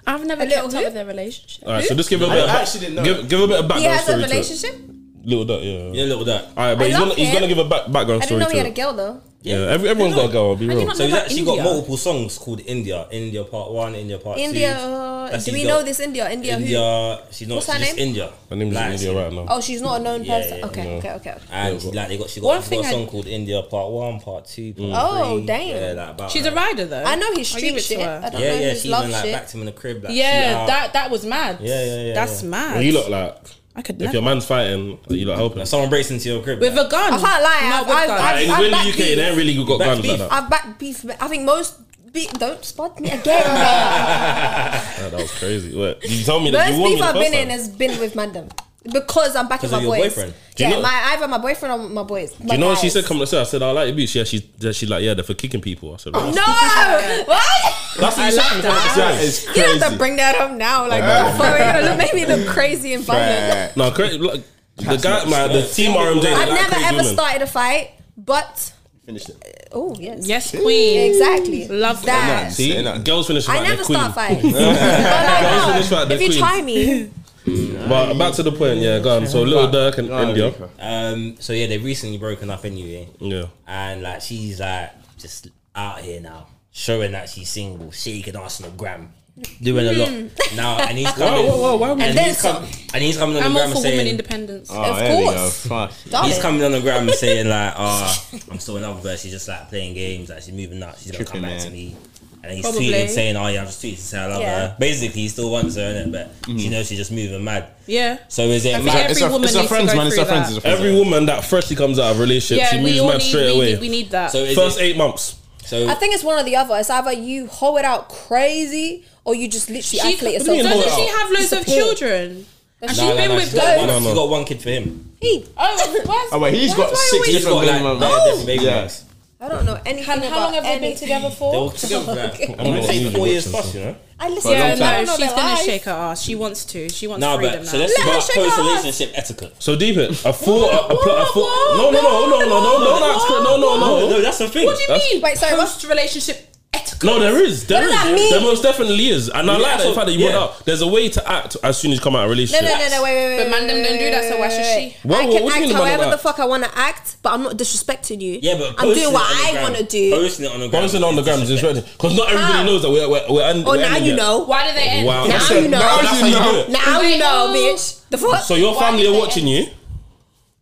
S5: I've never
S7: A little
S5: kept up
S7: who?
S5: with their relationship.
S3: All right, so just give a bit.
S4: I
S3: of back-
S4: actually didn't know.
S3: Give, give a bit of
S7: He
S3: background
S7: has a
S3: story. to it.
S7: relationship.
S3: Little Dirk, yeah.
S6: Yeah, Little Dirk.
S3: All right, but
S7: I
S3: he's
S7: love
S3: gonna he's gonna
S7: him.
S3: give a back, background
S7: I didn't
S3: story
S7: know
S3: to
S7: he had a
S3: it.
S7: girl though.
S3: Yeah, every, everyone's got a girl. I'll be
S5: do you
S3: real.
S5: not
S6: So he's
S5: Like
S6: actually
S5: India.
S6: got multiple songs called India. India Part One, India Part
S7: India.
S6: Two.
S7: uh,
S6: That's
S7: do
S6: his
S7: we
S6: girl.
S7: know this India? India, who?
S6: India. She's not.
S7: What's her
S6: she's just
S7: name?
S6: India.
S3: My name is
S6: Like,
S3: India right now.
S7: Oh, she's not a known
S6: Yeah,
S7: person.
S6: yeah,
S7: okay, okay, okay, okay.
S6: And like they got, she got,
S5: One
S6: she
S5: thing
S6: got a
S5: I-
S6: song called India Part One, Part Two, Part
S7: Oh,
S6: Three.
S7: damn.
S6: Yeah, like about
S5: She's
S6: her.
S5: a rider though.
S7: I know his
S5: I'll
S7: street
S5: give it to
S7: shit.
S5: her.
S7: I don't
S6: Yeah,
S7: know
S6: yeah.
S7: his
S6: She
S7: love
S6: even like
S7: shit.
S6: backed him in the crib. Like, she uh,
S5: Yeah,
S6: out.
S5: that that was mad.
S6: Yeah, yeah, yeah,
S5: That's
S6: yeah.
S5: mad.
S3: Well, you look like
S5: I could
S3: if
S5: never.
S3: your man's fighting, you look helping.
S6: If someone breaks into your crib
S5: with
S6: like,
S5: a gun.
S7: I can't lie,
S5: Not
S7: I've-
S5: with
S7: I've-
S5: gun.
S7: I've-
S3: Like, when in the
S7: back
S3: UK, they
S7: beef.
S3: ain't really got
S6: Back
S3: guns like
S6: beef.
S3: that.
S7: I've backed beef. I think most. Be- don't spot me again. man.
S3: Nah, that was crazy. What? You told me that
S7: most
S3: you won me
S7: beef
S3: the
S7: I've
S3: first
S7: been in
S3: time.
S7: has been with Mandem. Because I'm backing my
S6: Because of your
S7: boys.
S6: boyfriend.
S3: Do you
S7: yeah,
S3: know-
S7: my, either my boyfriend or my boys.
S3: Do you know what she said? Come to say, I said I like the beach. Yeah, she that she like yeah, they're for kicking people. I said right.
S7: No! what?
S3: That's what you said. to me.
S4: That is
S7: You
S4: crazy.
S7: don't have to bring that up now. Like, for real. Look, Make me look crazy and violent.
S4: Right.
S3: No, correct. Look, the guy, my the team RMJ. they
S7: I've
S3: like
S7: never
S3: crazy
S7: ever
S3: women.
S7: started a fight, but
S4: Finish it.
S7: oh yes,
S5: Yes, queen.
S7: exactly.
S5: Love
S7: that.
S4: Nice.
S3: See,
S4: Say nothing.
S3: girls finish
S7: I
S3: like
S7: never
S3: they're queen.
S7: start fights. But like,
S3: finish like
S7: no,
S3: they're
S7: if you
S3: queen.
S7: try me,
S3: But back to the point, yeah, go on. So Little Dirk and India,
S6: Um, so yeah, they recently broken up anyway,
S3: yeah,
S6: and like she's like just out here now, showing that she's single, shaking ass on the gram, doing a lot now, and he's coming,
S3: whoa, whoa, why would-
S6: and,
S7: And
S6: he's
S7: then
S6: com- and he's coming on
S5: Hmm. I'm
S6: the
S5: all
S6: gram
S5: for women
S6: saying.
S5: independence.
S4: "Ah,
S3: Oh,
S7: of course, darling.
S6: He's coming on the gram and saying like, "Ah, I'm still in love with her. She's just like playing games. Like she's moving up. She's gonna
S4: Tripping,
S6: come back to
S4: man.
S6: me." And he's
S5: Probably.
S6: tweeting saying, "Oh yeah, I'm just tweeting saying I love
S7: Yeah.
S6: her." Basically, he still wants her, innit? But
S3: Mm-hmm.
S6: she knows she's just moving mad.
S5: Yeah.
S6: So is it
S5: I
S6: mad?
S5: think every
S4: It's a,
S5: woman
S4: it's a
S5: needs
S4: friends,
S5: to go
S4: man. It's
S5: through
S4: a friends.
S5: that.
S4: It's a friends.
S3: every woman that freshly comes out of a relationship,
S5: Yeah,
S3: she
S5: we
S3: moves
S5: all
S3: mad
S5: need,
S3: straight
S5: we,
S3: away.
S5: Need, we need that.
S6: So is
S3: First
S6: it,
S3: eight months,
S6: so
S7: I think it's one or the other. It's either you hold it out crazy or you just literally
S5: she,
S7: isolate
S5: doesn't
S7: yourself.
S3: mean hold
S5: she
S3: out?
S5: have loads of
S7: Disappear.
S5: children? And she's
S6: No, no,
S5: been
S6: no,
S5: with
S6: she's got, one,
S5: those.
S6: she's got one kid for him.
S7: He,
S5: Oh, where's-
S4: Oh wait, he's
S5: why
S4: got
S5: is my
S4: six
S5: wee-
S6: He's
S4: different
S6: got like
S4: women.
S6: nine different baby
S4: Yeah.
S6: mamas.
S7: I don't know anything
S5: And
S7: about
S5: how long have they
S7: anything.
S5: been together
S6: They
S5: for?
S6: were together for like,
S3: I'm not
S6: say
S3: even
S6: four years
S3: watching
S6: plus,
S3: this.
S6: you know?
S7: I listen.
S4: Yeah,
S7: I
S5: Yeah,
S7: don't know
S5: no, she's
S7: their
S5: gonna
S7: life.
S5: shake her ass. She wants to. She wants
S6: No,
S5: freedom
S6: but
S5: now.
S6: so let's
S7: Let her
S6: about
S7: shake her
S6: post
S7: off.
S6: relationship etiquette.
S3: so deep it. A four, a, a, pl- a four.
S5: whoa,
S3: No, no, no, no, no, no, no,
S5: whoa,
S3: that's cr- no, no,
S6: No,
S3: no.
S6: no, that's the thing.
S5: what do you mean?
S7: Wait, sorry, what?
S5: post relationship etiquette.
S3: No, there is. There
S7: What
S3: is.
S7: does that mean?
S3: There most definitely is. And I
S6: Yeah,
S3: like that
S6: so-
S3: the fact that you
S6: yeah.
S3: brought up. There's a way to act as soon as you come out of a
S7: No,
S3: relationship.
S7: no, no, no, wait, wait, wait.
S5: But man, them don't do that, so why should
S3: What-
S5: she?
S7: I
S3: what-
S7: can
S3: what do you
S7: act
S3: mean man don't
S7: however the
S3: act?
S7: fuck I want to act, but I'm not disrespecting you.
S6: Yeah, but
S7: I'm
S6: posting
S7: doing
S6: it
S7: what
S6: on the
S7: I
S6: gram-
S7: want to do.
S6: Posting it on the gram.
S3: Bouncing on the grams is ready because not everybody
S7: How?
S3: knows that we're we're, we're, end-
S7: Oh,
S3: we're
S7: now
S3: ending
S7: you
S3: it.
S7: know.
S5: Why do they end?
S3: Wow.
S7: Now
S3: That's
S7: you
S3: it.
S7: know.
S3: That's how you do it.
S7: Now
S5: Wait,
S7: you know,
S5: oh.
S7: bitch. The fuck?
S3: So your
S5: Why
S3: family
S5: did
S3: are
S5: they
S3: watching you.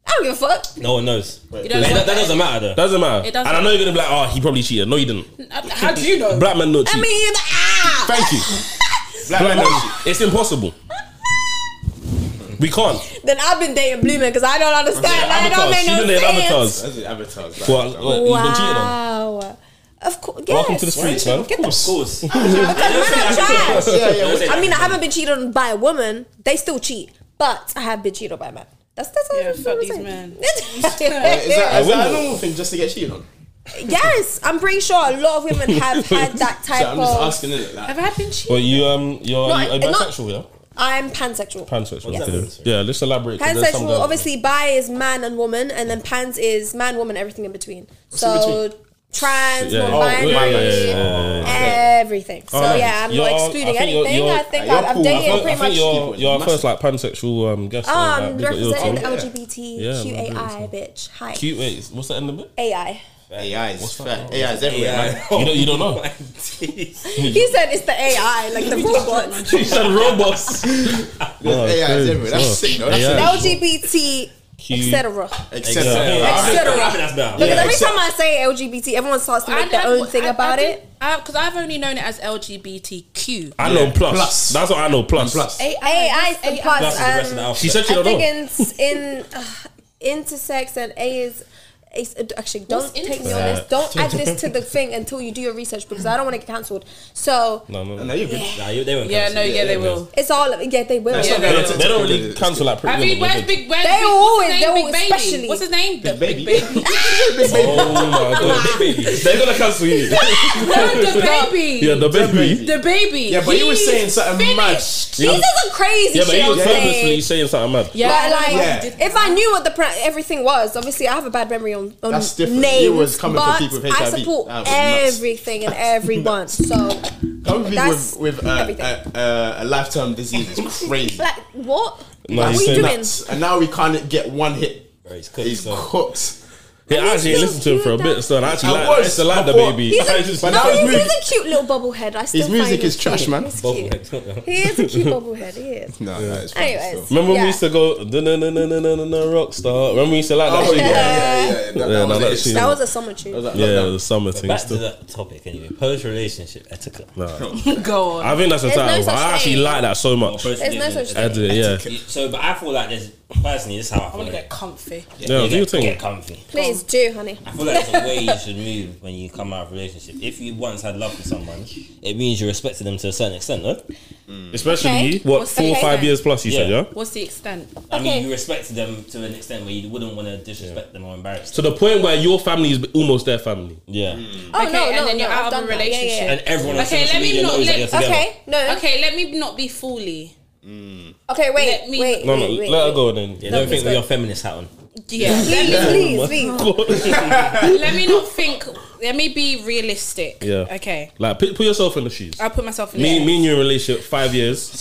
S7: I don't give a fuck.
S6: No one knows. Like,
S5: don't know
S6: That that
S5: that.
S6: doesn't matter though.
S3: Doesn't matter.
S5: It doesn't.
S3: And I know you're gonna be like, oh, he probably cheated. No, you didn't.
S5: How do you know?
S3: Black man not cheat.
S7: I mean, ah!
S3: Thank you.
S4: Black
S3: Black man
S4: women.
S3: don't cheat. It's impossible. We can't.
S7: Then I've been dating Blue Man because I don't understand. I don't
S3: Avatars.
S7: make
S3: She
S7: no
S3: been dating
S7: sense.
S3: avatars.
S4: That's it, avatars. Black
S3: What?
S4: avatars.
S3: what You've been cheated on.
S7: Wow. Of course. Yes.
S3: Welcome to the streets, man.
S7: Get the
S6: Of course.
S7: f- out of trash.
S4: Yeah, yeah.
S7: I mean, I haven't been cheated on by a woman. They still cheat, but I have been cheated on by a man. That's that's all
S5: Yeah,
S7: I'm
S5: fuck
S7: saying.
S5: these men.
S4: Is that, is that a
S3: women.
S4: normal thing just to get cheated on?
S7: yes, I'm pretty sure a lot of women have had that
S4: So
S7: type
S4: I'm just
S7: of.
S4: asking it like
S5: Have I been cheated?
S3: But you um you're
S7: No,
S3: you-
S7: I-
S3: are
S7: not-
S3: bisexual, yeah?
S7: I'm pansexual.
S3: Pansexual.
S6: Yes.
S3: okay. Yeah, let's elaborate. 'cause there's some
S7: Pansexual,
S3: girls-
S7: obviously, bi is man and woman, and then pans is man, woman, everything in
S4: in
S7: between. so trans,
S3: Yeah. Oh, yeah,
S7: non-binary,
S3: yeah, yeah, yeah,
S7: everything. So
S3: nice.
S7: yeah, I'm
S3: You're-
S7: not excluding
S3: I think you're-
S7: anything.
S3: you're-
S7: I think
S4: you're
S7: I've, I've
S4: cool.
S3: I
S7: dated
S3: think, I
S7: pretty
S3: think
S7: much.
S3: you're you're our
S4: Massive.
S3: first like pansexual um guest. so, like,
S7: Um,
S3: we've got your
S7: representing the
S3: team. Yeah,
S7: LGBTQAI, bitch. Hi.
S3: Cute. Wait, what's the end of it?
S7: AI.
S4: AI is fat. AI is everywhere, man.
S6: Yeah.
S3: You don't you don't know.
S7: He said it's the AI, like the robots.
S3: She said robots.
S4: There's AI is
S3: crazy.
S4: everywhere. That's
S3: Oh.
S4: sick, though. That's
S3: AI.
S4: sick.
S7: LGBT, etc.
S4: Except
S6: Yeah.
S4: AI.
S7: Except-
S6: I think that's better.
S7: Because
S4: Yeah,
S7: every
S4: except-
S7: time I say LGBT, everyone starts to make their own thing about it.
S5: Because I've only known it as LGBTQ.
S3: I know
S4: Yeah.
S3: plus.
S4: Plus.
S3: That's what I know. Plus.
S4: Plus.
S7: AI is the part.
S6: That's the rest of the
S7: Um,
S6: alphabet.
S3: She said she
S7: I
S3: don't know.
S7: think in in uh, intersex and A is it's actually don't take me on
S3: interesting?
S7: this. Don't add this to the thing until you do your research because I don't want to get cancelled. So
S3: No, no,
S4: No,
S3: no.
S4: you're good.
S6: Nah, you, they won't
S5: Yeah,
S6: cancel
S5: no,
S6: you.
S5: yeah, they will.
S7: it's all yeah they will.
S4: That's
S5: Yeah,
S4: not
S5: they
S4: going
S5: will.
S4: to
S3: They don't really cancel like
S5: I
S3: Pretty
S5: mean,
S3: Women. they do.
S5: where's Big Where's
S7: They
S5: Big-
S7: always- they
S5: what's his name?
S7: always-
S5: Big Baby?
S7: especially-
S5: What's his name? Big
S4: baby.
S5: Baby.
S3: Oh my god, Big baby. They're gonna cancel you.
S5: No, the baby.
S3: Yeah, the baby.
S5: The baby.
S4: Yeah, but you were saying something mad.
S5: finished.
S7: These are some crazy
S3: Yeah, but
S7: shit.
S3: he was
S7: I'm
S3: purposely
S7: saying.
S3: saying something mad.
S5: Yeah,
S7: But like,
S4: Yeah.
S7: if I knew what the pra- everything was, obviously I have a bad memory on, on
S4: That's different.
S7: names.
S4: You was coming for
S7: but
S4: people with
S7: I
S4: HIV.
S7: support
S4: That was nuts.
S7: everything and everyone. so,
S4: Coming for people
S7: That's
S4: with, with uh,
S7: everything.
S4: uh, uh, a lifetime disease is crazy.
S7: like, what?
S3: No,
S7: what are
S3: he's
S7: we
S3: saying
S7: doing?
S4: Nuts. And now we can't get one hit.
S6: Bro, he's cooked,
S4: He's
S6: so.
S4: cooked.
S3: Yeah, I actually
S7: He's
S3: listened to him for a bit, son. I actually
S4: I
S3: like, I
S4: was
S3: used to like the
S4: before.
S3: baby.
S7: He's
S3: I
S7: a,
S3: just-
S4: But
S7: no,
S4: now his
S7: he's,
S4: music-
S7: he's a cute little bobblehead. I still
S4: His music
S7: find him
S4: is trash,
S7: cute.
S4: man.
S7: He's
S6: Bubble
S7: cute.
S6: head.
S7: He is a cute bobblehead. He is.
S4: No, no, it's fine.
S7: Anyways,
S3: Remember
S7: yeah.
S3: we used to go "Na-na-na-na-na-na-na, rock star. Remember we used to like that.
S4: Oh, yeah,
S3: shit?
S4: yeah, yeah. That,
S3: Yeah,
S4: that
S3: no,
S4: was
S3: that
S4: it.
S3: shit-
S7: That was a summer tune.
S4: That was that
S3: Yeah,
S4: lockdown.
S3: the summer thing
S6: Back to
S3: still.
S6: that topic anyway. Post relationship etiquette.
S3: Nah.
S5: Go on.
S3: I think that's the
S7: There's no
S3: time.
S7: such
S3: I actually
S7: thing.
S3: like that so much.
S6: Post
S7: There's no
S6: relationship
S7: such
S3: I
S7: thing.
S3: did, yeah.
S6: etiquette. So, but I feel like there's personally this is how
S5: I
S6: I
S5: want
S6: feel.
S5: to get
S6: Like,
S5: comfy.
S3: Yeah,
S6: you
S3: do your
S6: get,
S3: thing.
S6: get comfy.
S7: Please do, honey.
S6: I feel like there's a way you should move when you come out of a relationship. If you once had love for someone, it means you respected them to a certain extent, no?
S3: Especially
S7: Okay.
S3: what
S7: What's
S3: four or
S7: okay
S3: five
S7: then?
S3: years plus you said,
S6: Yeah.
S3: yeah.
S5: What's the extent?
S6: I
S7: Okay.
S6: mean, you respected them to an extent where you wouldn't want to disrespect them or embarrass
S3: To
S6: them.
S3: the point where your family is almost their family.
S7: Oh
S6: Yeah.
S5: Okay,
S7: no,
S5: and
S7: no,
S5: then
S7: no,
S5: you're
S7: I've
S5: out of
S7: done
S5: a
S7: that. Yeah, yeah,
S5: relationship.
S7: yeah.
S6: And everyone on
S5: Okay,
S6: social
S5: let me
S6: media
S5: not-
S6: knows that
S5: let-
S6: you're together.
S7: Okay, no. Okay,
S5: Okay, let me not be fully.
S7: okay wait,
S5: Let me-
S7: wait,
S3: No, no,
S7: wait, wait,
S3: let her
S7: wait.
S3: go then.
S6: Yeah, don't
S7: please
S6: think with
S7: go.
S6: your feminist hat on.
S5: Yeah. Let me-
S7: Please, please, please.
S5: let me not think. Let me be realistic.
S3: Yeah.
S5: Okay.
S3: Like, put, put yourself in the shoes.
S5: I'll put myself in
S3: Me,
S5: there.
S3: me and you in a relationship five years.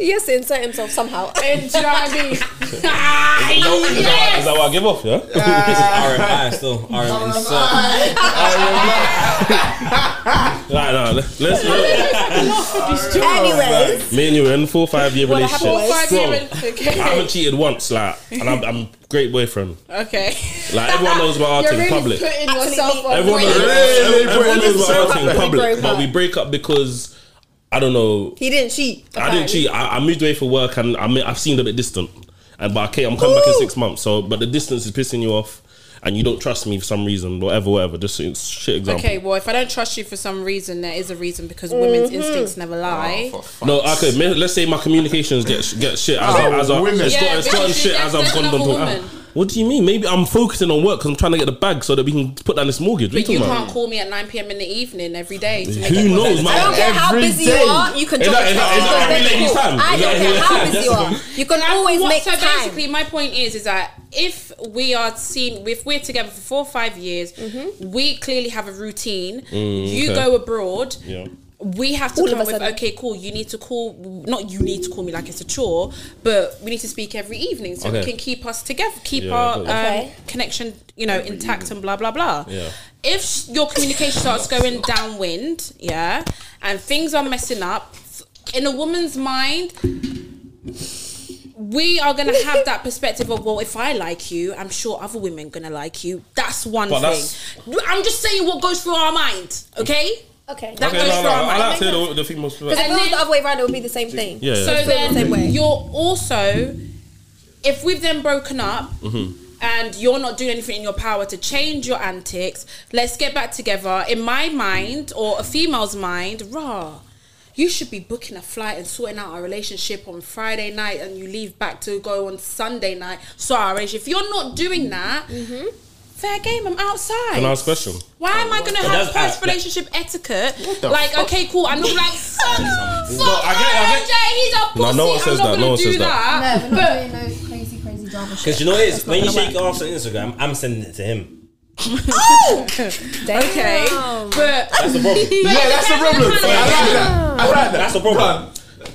S7: He has to insert himself somehow.
S5: And do you know what I mean? Ah, yes.
S3: Is that what I give off? Yeah.
S6: RMI still. RMI. insert.
S3: like, nah, let's, let's- let's-
S7: Anyways,
S3: me and you in four five year
S7: What
S3: relationship.
S7: happened was-
S5: Five
S3: Strong.
S5: year
S3: I haven't
S5: okay.
S3: cheated once, like, and I'm, I'm a great boyfriend.
S5: okay.
S3: Like everyone knows about our
S5: You're
S3: thing,
S5: really
S3: public.
S5: putting
S7: Absolutely.
S5: yourself on
S3: Everyone knows,
S5: blast.
S4: Really
S3: everyone
S4: putting
S3: knows
S4: this
S3: about
S4: up.
S3: our thing,
S7: We
S3: public.
S7: broke
S3: But
S7: up.
S3: we break up because I don't know.
S7: he didn't cheat.
S3: I didn't cheat. I, I moved away for work, and I have seemed a bit distant. And but okay, I'm coming back in
S7: Ooh.
S3: six months. So, but the distance is pissing you off, and you don't trust me for some reason, whatever, whatever. Just it's shit example.
S5: Okay, well, if I don't trust you for some reason, there is a reason because women's
S3: Mm-hmm.
S5: instincts never
S3: Ah,
S5: lie.
S4: Oh, for fuck's
S3: No, okay. ma- Let's say my communications get sh- get shit as, I, as I,
S4: women.
S3: it's got-
S5: Yeah,
S3: it's gotten
S5: because
S3: shit
S5: you-
S3: as
S5: there's
S3: I've gone
S5: another
S3: down to-
S5: woman.
S3: What do you mean? Maybe I'm focusing on work because I'm trying to get the bag so that we can put down this mortgage. What
S5: but
S3: are
S5: you
S3: you talking
S5: can't call me at 9 p.m. in the evening every day. To
S3: about?
S5: make it
S3: Who
S5: work.
S3: knows,
S7: I don't
S3: man?
S7: care how
S4: Every
S7: busy
S4: day.
S7: you are, you can
S3: Is
S7: drop
S3: that- is that- is that
S7: yourself
S3: every
S7: because
S3: lady's
S7: they're cool.
S3: time?
S7: I
S3: Is
S7: don't
S3: that-
S7: care how
S3: yeah,
S7: busy you
S3: that's
S7: are. You can
S5: And
S7: always
S5: what-
S7: make
S5: so
S7: time.
S5: basically, my point is, is that if we are seen, if we're together for four or five years, we clearly have a routine. you
S3: okay.
S5: go abroad.
S3: Yeah.
S5: We have to
S7: All of
S5: come
S7: a
S5: with
S7: sudden.
S5: okay, cool. You need to call, not you need to call me like it's a chore, but we need to speak every evening so
S3: Okay.
S5: we can keep us together, keep
S3: Yeah,
S5: our
S3: I
S5: um,
S3: got
S7: you. Okay.
S5: connection, you know, intact and blah blah blah.
S3: Yeah.
S5: If sh- your communication starts going downwind, yeah, and things are messing up, in a woman's mind, we are gonna have that perspective of well, if I like you, I'm sure other women gonna like you. That's one
S3: But
S5: thing.
S3: that's-
S5: I'm just saying what goes through our mind, okay?
S7: Okay.
S5: That
S3: Okay,
S5: goes
S3: no, no,
S5: through our
S3: I
S5: mind.
S3: like to hear the, the female perspective.
S7: Because if it
S5: And
S7: was
S5: then-
S7: the other way around, it would be the same thing.
S3: Yeah, yeah.
S5: so
S3: that's
S5: then
S7: the same way.
S5: you're also, if we've then broken up.
S3: Mm-hmm.
S5: And you're not doing anything in your power to change your antics. Let's get back together. In my mind, or a female's mind, rah, you should be booking a flight and sorting out our relationship on Friday night, and you leave back to go on Sunday night. So our relationship. If you're not doing that,
S7: Mm-hmm.
S5: fair game. I'm outside.
S3: And I was special.
S5: Why am I gonna
S6: But
S5: have
S6: that's-
S5: post relationship etiquette?
S4: the
S5: Like,
S4: fuck?
S5: okay, cool. I'm not like, fuck,
S3: No, I
S5: I
S3: get- I get-
S5: he's a pussy.
S3: No, no one
S5: I'm
S3: says
S5: not
S3: that,
S5: gonna
S3: no one
S5: do
S3: says
S5: that.
S8: No, we're not doing no crazy, crazy drama shit.
S6: Because you know what it is? When you shake it off on Instagram, I'm sending it to him.
S5: Okay, but
S6: That's the problem.
S4: Yeah, that's the problem. I like that. I like that.
S6: That's the problem.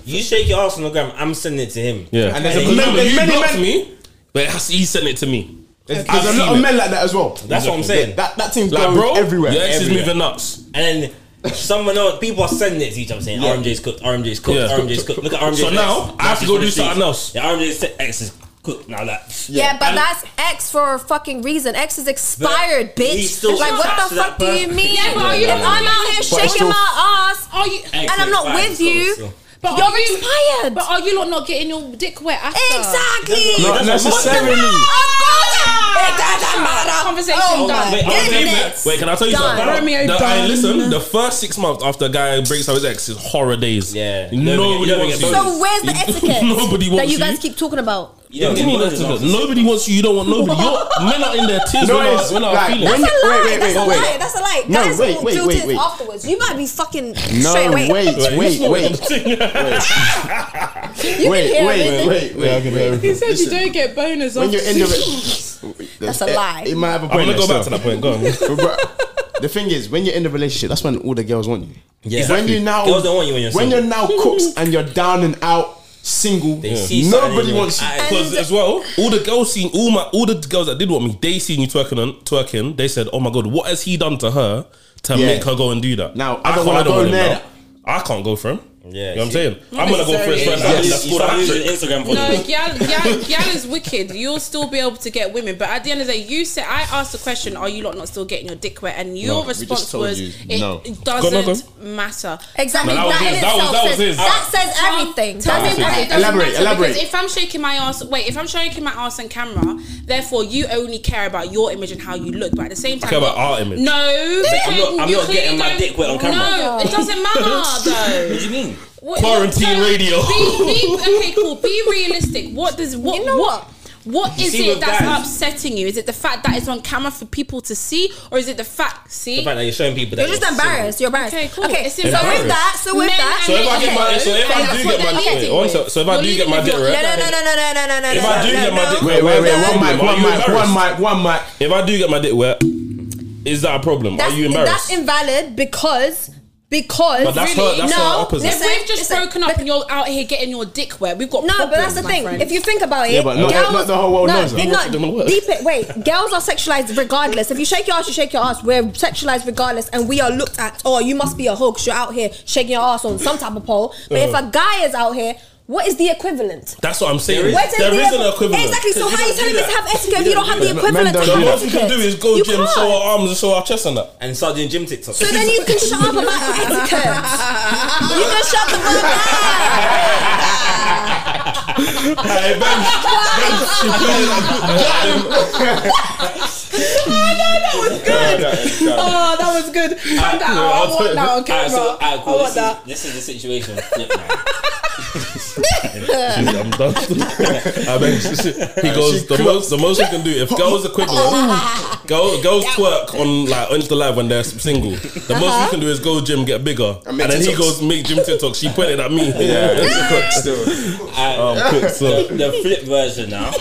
S6: You shake your ass on the gram, I'm sending it to him.
S3: Yeah.
S4: And there's a
S6: Hey,
S4: lot-
S6: you-
S3: Remember,
S4: there's
S3: you
S4: many
S3: blocked
S4: men-
S3: me, but it has- he sent it to me.
S4: There's,
S3: I've
S4: there's a lot
S3: seen
S4: of
S3: it.
S4: men like that as well.
S6: That's what I'm saying.
S4: That that thing's
S3: Like,
S4: going
S3: bro,
S4: everywhere.
S3: Your ex is
S6: Everywhere.
S3: moving nuts.
S6: And then someone else, people are sending it to each other saying, RMJ's cooked, RMJ's cooked,
S3: Yeah.
S6: RMJ's cooked. Look at RMJ's
S3: So now, I have to go do something else.
S6: Yeah, RMJ's ex is cooked. Now that.
S7: Yeah, but
S3: and-
S7: that's X for a fucking reason. X is expired,
S6: But
S7: bitch.
S6: he's still
S7: like,
S6: attached
S7: what
S6: to
S7: the
S6: that
S7: fuck do you
S6: person.
S7: mean?
S5: Yeah, but are you
S7: if
S5: not-
S7: I'm out here shaking
S3: still-
S7: my ass
S5: are you?
S6: Ex
S7: and I'm
S6: is
S7: not
S6: fine,
S7: with
S6: still,
S7: you,
S6: still.
S5: But
S7: you're
S5: are you-
S7: expired.
S5: But are you lot not getting your dick wet after?
S7: exactly.
S6: That's
S4: Not
S6: what-
S4: necessarily.
S7: Of course. It doesn't matter.
S5: Conversation
S7: Oh
S5: done.
S7: my
S3: Wait,
S5: Wait,
S3: I'll tell you-
S7: goodness.
S3: wait, can I tell you
S7: Done.
S3: something?
S5: Romeo
S3: the, I,
S5: done.
S3: listen, the first six months after a guy breaks up his ex is horror days.
S6: Yeah. You don't
S3: Nobody
S6: get- you don't
S3: wants
S6: get
S3: you.
S6: bonus.
S7: So where's the etiquette
S3: Nobody wants
S7: that you guys
S3: you.
S7: keep talking about?
S6: You don't
S3: What do
S6: get
S3: you mean
S6: bonus
S3: that's
S6: enough.
S3: Nobody wants you. You don't want nobody. You're, men are in their tears.
S4: No,
S3: when
S4: it's
S3: our, when our
S4: like-
S3: feelings.
S4: When-
S7: That's a lie.
S4: wait, wait,
S7: that's
S4: wait,
S7: a
S4: wait.
S7: lie. That's a lie.
S4: No,
S7: Guys
S4: wait,
S7: will
S4: wait,
S7: do
S4: wait,
S7: this
S4: wait.
S7: afterwards. You might be fucking
S4: No,
S7: straight away.
S4: wait, wait, wait, wait,
S7: You
S4: wait,
S7: can hear
S4: wait,
S7: it.
S4: wait, wait.
S5: He said you don't get bonus.
S4: When
S5: off-
S4: you're in the,
S7: That's a lie.
S4: It, it might have a
S3: I'm
S4: point.
S3: gonna go
S4: there
S3: back
S4: still.
S3: to that point. Go on.
S4: But The thing is, when you're in the relationship, that's when all the girls want you.
S6: Yeah.
S4: When you now,
S6: Girls don't want you when you're single.
S4: you're now cooks and you're down and out, single,
S6: see
S4: nobody
S6: something
S4: wants you.
S6: in your eyes.
S3: Because as well, all the girls seen all my all the girls that did want me, they seen you twerking and twerking. They said, "Oh my god, what has he done to her to
S4: Yeah.
S3: make her go and do that?"
S4: Now,
S3: I
S4: I don't
S3: can't-
S4: wanna
S3: I don't
S4: go
S3: want him
S4: there.
S3: now. I can't go for him.
S6: Yeah,
S3: you know what I'm
S6: see.
S3: saying. I'm gonna go for his
S5: necessarily.
S3: friend.
S6: Yeah,
S3: that-
S6: you
S3: That's called
S6: start
S3: a
S6: losing
S3: trick.
S6: Instagram
S5: No,
S6: followers.
S5: Gyal Gyal- Gyal is wicked. You'll still be able to get women, but at the end of the day, you said I asked the question: Are you lot not still getting your dick wet? And your
S4: No, we just
S5: response
S4: told
S5: was,
S4: you,
S5: "It
S4: no.
S5: doesn't
S3: Go on,
S5: matter."
S7: Exactly.
S3: No, that was
S7: that in
S3: his. That
S7: itself
S3: was- that was
S7: says
S3: his.
S7: that says everything.
S5: Tell me
S7: That says
S5: that it
S7: everything.
S5: doesn't
S4: Elaborate,
S5: matter
S4: elaborate.
S5: Because if I'm shaking my ass, wait, if I'm shaking my ass on camera, therefore you only care about your image and how you look. But at the same time,
S3: care about our image.
S5: No,
S6: I'm not- I'm
S5: you
S6: not
S5: clearly
S6: getting my
S5: don't-
S6: dick wet on camera.
S5: No, it doesn't matter though.
S6: What do you mean?
S5: What-
S3: Quarantine
S5: no,
S3: radio.
S5: Be, be, okay, cool. Be realistic. What does what
S7: You know
S5: what? what is
S6: see
S5: it
S6: with
S5: that's
S6: guys-
S5: upsetting you? Is it the fact that it's on camera for people to see, or is it the fact? See,
S6: The fact that you're showing people that
S7: You're just
S6: single.
S7: embarrassed. You're embarrassed.
S5: Okay, cool.
S7: Okay,
S5: It's
S7: so with that, so with
S5: Men
S7: that,
S3: So if I
S5: Okay.
S3: get my, so if
S5: Okay,
S3: I do
S5: that's what
S3: get my
S5: they're
S3: dick, wait,
S5: getting
S3: one
S5: with.
S3: sec. so if I
S5: You're
S3: do get my
S5: leaving
S3: dick,
S5: with
S7: no,
S3: right?
S7: no, no, no, no, no, no, no, no.
S3: If
S7: no,
S3: I do
S7: no,
S3: get
S7: no.
S3: my dick,
S4: Wait, wait, wait, one mic, one
S3: Are you
S4: mic, one
S3: embarrassed?
S4: mic, one mic.
S3: If I do get my dick wet, is that a problem?
S7: That's,
S3: Are you embarrassed?
S7: That's invalid because because
S3: But that's her-
S7: really,
S3: that's her
S7: no,
S3: opposite.
S5: If we've just
S7: listen,
S5: broken up
S7: but-
S5: and you're out here getting your dick wet, we've got
S7: No,
S5: problems,
S7: but that's the
S5: my
S7: thing.
S5: friend.
S7: If you think about it,
S4: Yeah, but not-
S7: girls,
S4: not the whole world
S7: no,
S4: knows that.
S7: it Not,
S3: Doesn't work.
S7: deep it. Wait, girls are sexualized regardless. If you shake your ass, you shake your ass. We're sexualized regardless, and we are looked at. Oh, you must be a hoe because you're out here shaking your ass on some type of pole. But if a guy is out here, what is the equivalent?
S3: That's what I'm saying. There,
S7: Where does the
S3: isn't an
S7: equi-
S3: equivalent.
S7: Exactly. So
S6: Because
S7: how
S6: you
S7: are you
S6: don't
S7: telling
S6: do
S7: me to
S6: that.
S7: have etiquette if you don't have the
S4: Men
S7: equivalent
S4: don't do
S7: to have
S4: that.
S3: All you can
S7: etiquette?
S3: do is go
S7: You
S3: gym,
S7: can't.
S3: show our arms, and show our chest, and that.
S6: And start doing gym TikTok.
S7: So then you can shut up about etiquette. you can shut the fuck up.
S3: Hey, Ben,
S5: Oh, that was good. Calm down.
S3: no,
S5: I
S3: I'll
S5: want that on
S6: Alright,
S5: camera.
S6: so, alright, cool.
S5: I
S6: This
S5: want
S6: is,
S5: that.
S6: this is the situation. Yeah, man.
S3: I'm done. I mean, he goes the most. The most you can do if girls are quick, girls girls twerk on like on the live when they're single. The most
S5: Uh-huh.
S3: you can do is go gym, get bigger, and,
S4: make
S3: then he
S4: TikToks.
S3: goes make gym TikTok. She pointed at me.
S6: Alright,
S3: I'm quick, Um, so.
S6: the, the flip version now.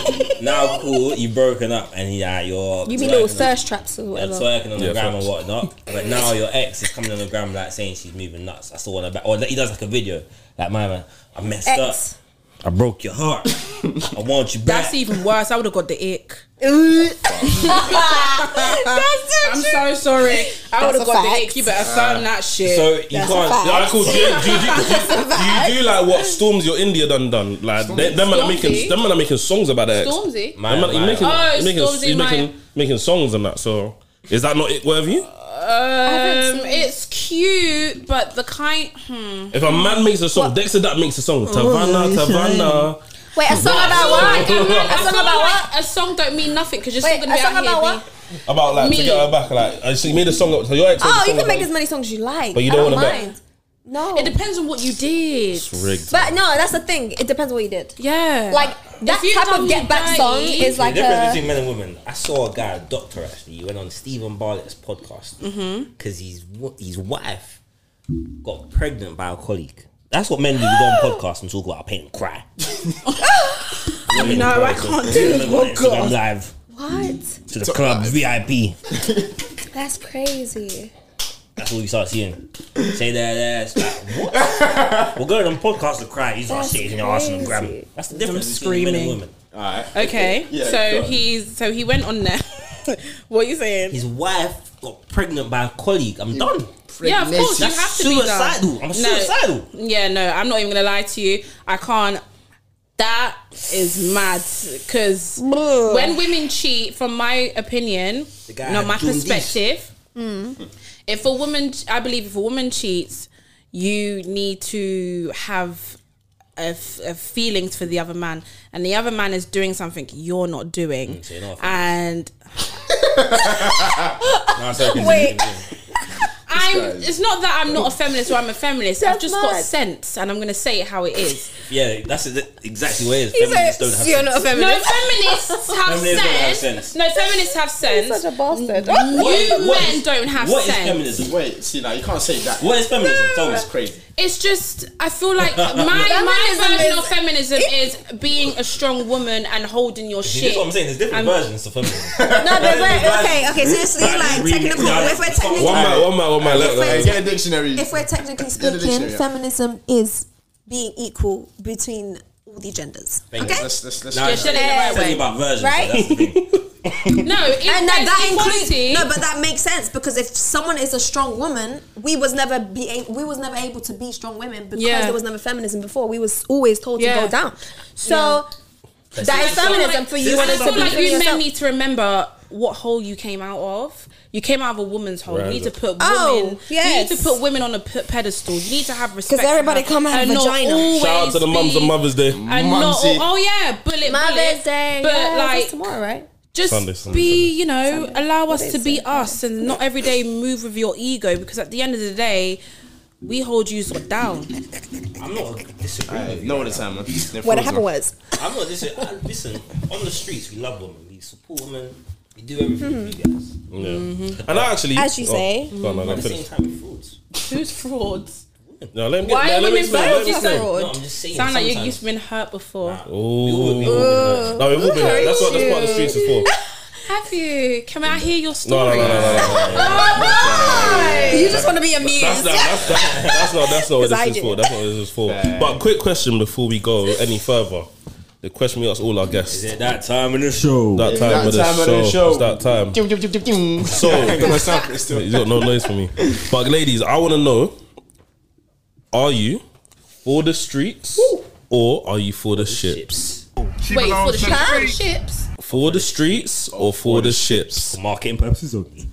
S6: Now, cool, you've broken up and yeah, you're.
S7: You mean little
S6: twerking on-
S7: thirst traps or
S6: You're
S7: whatever.
S6: twerking on the
S3: Yeah,
S6: gram
S3: facts.
S6: and whatnot, but now your ex is coming on the gram like saying she's moving nuts. I saw one about, or he does like a video, like my man, I messed
S7: X.
S6: up, I broke your heart, I want you back.
S5: That's even worse. I would have got the ick.
S7: That's
S5: I'm so sorry. I would
S7: a
S5: have got
S7: fact.
S5: the
S7: Uh,
S5: ick. You better sign that shit.
S6: So you can't.
S3: Yeah, I cool. Do, you- do, you- do, you- do you do like what Storms your India done done? Like they, them man are making
S5: Stormzy?
S3: them man are making songs about that.
S5: Stormzy.
S6: My,
S3: Man,
S6: my-
S3: you're making,
S5: Oh,
S3: you're making,
S5: Stormzy
S3: you're
S5: Maya.
S3: making, making songs and that. So is that not it worthy?
S5: Um,
S7: seen it.
S5: it's cute, but the kind. Hmm.
S3: If a man makes a song, Dexter that makes a song.
S5: Oh,
S3: Tavana, Tavana.
S7: Wait, a song about what?
S5: Like, a, man-
S7: A
S5: a
S7: song
S5: song
S7: about what?
S5: like, a song don't mean nothing because you're
S7: Wait,
S5: still gonna
S7: a
S5: be
S7: song
S5: out here.
S7: about what?
S5: being-
S3: About like
S5: Me.
S3: to get her back. Like uh, she made a song. So your ex. made a
S7: Oh, you
S3: song
S7: can make
S3: about-
S7: as many songs as you like.
S3: But you
S7: I
S3: don't wanna bet.
S7: mind. No.
S5: It depends on what you did.
S3: rigged.
S7: But no, that's the thing. It depends what you did.
S5: Yeah.
S7: Like that
S5: If you
S7: type
S5: done
S7: of get back
S5: dirty-
S7: song is like
S6: the difference
S7: a.
S6: between men and women. I saw a guy, a doctor actually, he went on Stephen Barlett's podcast
S5: Mm-hmm.
S6: because his w his wife got pregnant by a colleague. That's what men do. We go on podcasts and talk about our pain and cry.
S5: No, I can't do
S6: Women go on Instagram live
S7: What?
S6: to the club VIP.
S7: That's crazy.
S6: That's all you start seeing. Say that ass. Like, what? We're going on podcasts to cry. You start
S7: That's
S6: shaking your ass on the gram.
S7: crazy.
S6: That's the difference between
S5: screaming.
S6: men and women.
S5: Okay.
S4: Yeah,
S5: so
S4: go on.
S5: he's so he went on there. what are you saying?
S6: His wife got pregnant by a colleague. I'm done.
S5: yeah, of course you
S6: That's
S5: have to
S6: suicidal.
S5: be done.
S6: I'm suicidal.
S5: Yeah, no, I'm not even gonna lie to you. I can't. That is mad because when women cheat, from my opinion,
S6: The guy
S5: not my
S6: had jaundice.
S5: perspective,
S7: Mm.
S5: if a woman, I believe, if a woman cheats, you need to have uh, f- uh, feelings for the other man, and the other man is doing something you're not doing,
S6: Mm, so you're not
S5: and
S6: Nah, sorry, continue,
S7: Wait.
S6: continue.
S5: I'm. It's not that I'm not a feminist or I'm a feminist. I've
S7: That's
S5: just got
S7: mad.
S5: sense, and I'm going to say it how it is.
S6: Yeah, that's it- exactly what it is.
S7: He
S6: Feminists
S7: said,
S6: don't have
S7: "You're
S6: sense."
S7: not a
S5: No,
S7: feminist."
S5: feminists have
S6: Feminists don't have
S5: sense.
S6: sense.
S5: No, feminists have sense.
S7: Such a bastard.
S5: You
S6: what
S5: men
S6: is-
S5: don't have
S6: What is
S5: sense. Ah,
S6: feminism?
S4: Wait, see now you can't say that.
S6: What is feminism? Tell me.
S4: That's crazy.
S5: It's just I feel like my my
S7: Feminism
S5: version
S7: is-
S5: of feminism is being a strong woman and holding your
S6: See,
S5: shit.
S6: That's what I'm saying. There's different
S5: I'm-
S6: versions of feminism.
S7: No, but wait, okay, okay. So this is
S6: Right,
S7: like
S6: read it
S7: technical.
S6: down.
S7: If we're technically,
S3: One man, one man, one man. Let,
S4: Hey,
S3: let,
S4: get a dictionary.
S7: if we're technically
S4: Yeah, the
S7: speaking,
S4: dictionary, yeah.
S7: feminism is being equal between all the genders.
S6: Thank you.
S7: okay.
S4: Let's let's let's.
S6: Nah,
S5: You're said it the right
S6: Tell me
S5: way.
S6: about versions.
S7: Right?
S6: Right? That's the thing.
S5: No, it,
S7: and that, that includes
S5: equality.
S7: no, but that makes sense because if someone is a strong woman, we was never be a- we was never able to be strong women because
S5: Yeah.
S7: there was never feminism before. We was always told
S5: Yeah.
S7: to go down. So that is
S5: I feel
S7: feminism
S5: like-
S7: for you.
S5: And
S7: to
S5: I feel
S7: be
S5: like
S7: free
S5: you men
S7: yourself.
S5: need to remember what hole you came out of. You came out of a woman's hole. You need to put women.
S7: Oh, yes.
S5: You need to put women on a p- pedestal. You need to have respect.
S7: 'Cause everybody
S5: for her
S7: come out of
S5: and not
S7: vagina.
S5: always
S3: shout out to the mums
S5: be-
S3: on Mother's Day.
S7: Mm-hmm.
S5: And not,
S4: Mumsy.
S5: oh yeah, bullet,
S7: Mother's
S5: bullet.
S7: Day,
S5: but
S7: yeah, that's
S5: like
S7: tomorrow, right?
S5: just
S3: Sunday, Sunday,
S5: be you know allow us
S7: is
S5: to be
S7: it?
S5: us and not every day move with your ego because at the end of the day we hold you sort of down
S6: I'm not disagreeing with you.
S4: No, all the time, man. They're
S7: What
S4: frozen.
S7: happened was
S6: I'm not listen. I, listen, on the streets, we love women. We support women. We do everything for
S5: Hmm.
S6: you guys.
S3: Yeah. And I actually,
S7: As you
S3: oh,
S7: say.
S3: go on, no, no,
S6: But at the same
S3: finish.
S6: time, we're frauds.
S5: who's frauds
S3: No, let him get.
S5: Why
S3: no, let
S5: are
S3: me
S5: women
S3: explain,
S5: bad?
S3: let me
S5: You
S3: explain.
S5: said-
S6: No, I'm just saying.
S5: sound like you,
S6: sometimes-
S5: you've been hurt before
S6: Nah, we all- we all been hurt.
S3: No, we've all been hurt. That's what. That's what the streets are for.
S5: have you can I hear your
S3: No, no,
S5: story
S3: no, no, no, no. no.
S7: you just want to be amused.
S3: That's not, that's, that, that's not that's not what
S7: 'Cause I
S3: this is
S7: did.
S3: for. That's not what this is for. But quick question before we go any further. The question we ask all our guests.
S6: Is it that time in the show?
S3: That time,
S4: that
S3: of, the
S4: time of
S3: show.
S4: the show.
S3: It's that time. So you got no noise for me. But ladies, I want to know: Are you for the streets or are you for the ships?
S5: wait for the ships ships
S3: For the streets or for the ships?
S6: Marketing purposes only.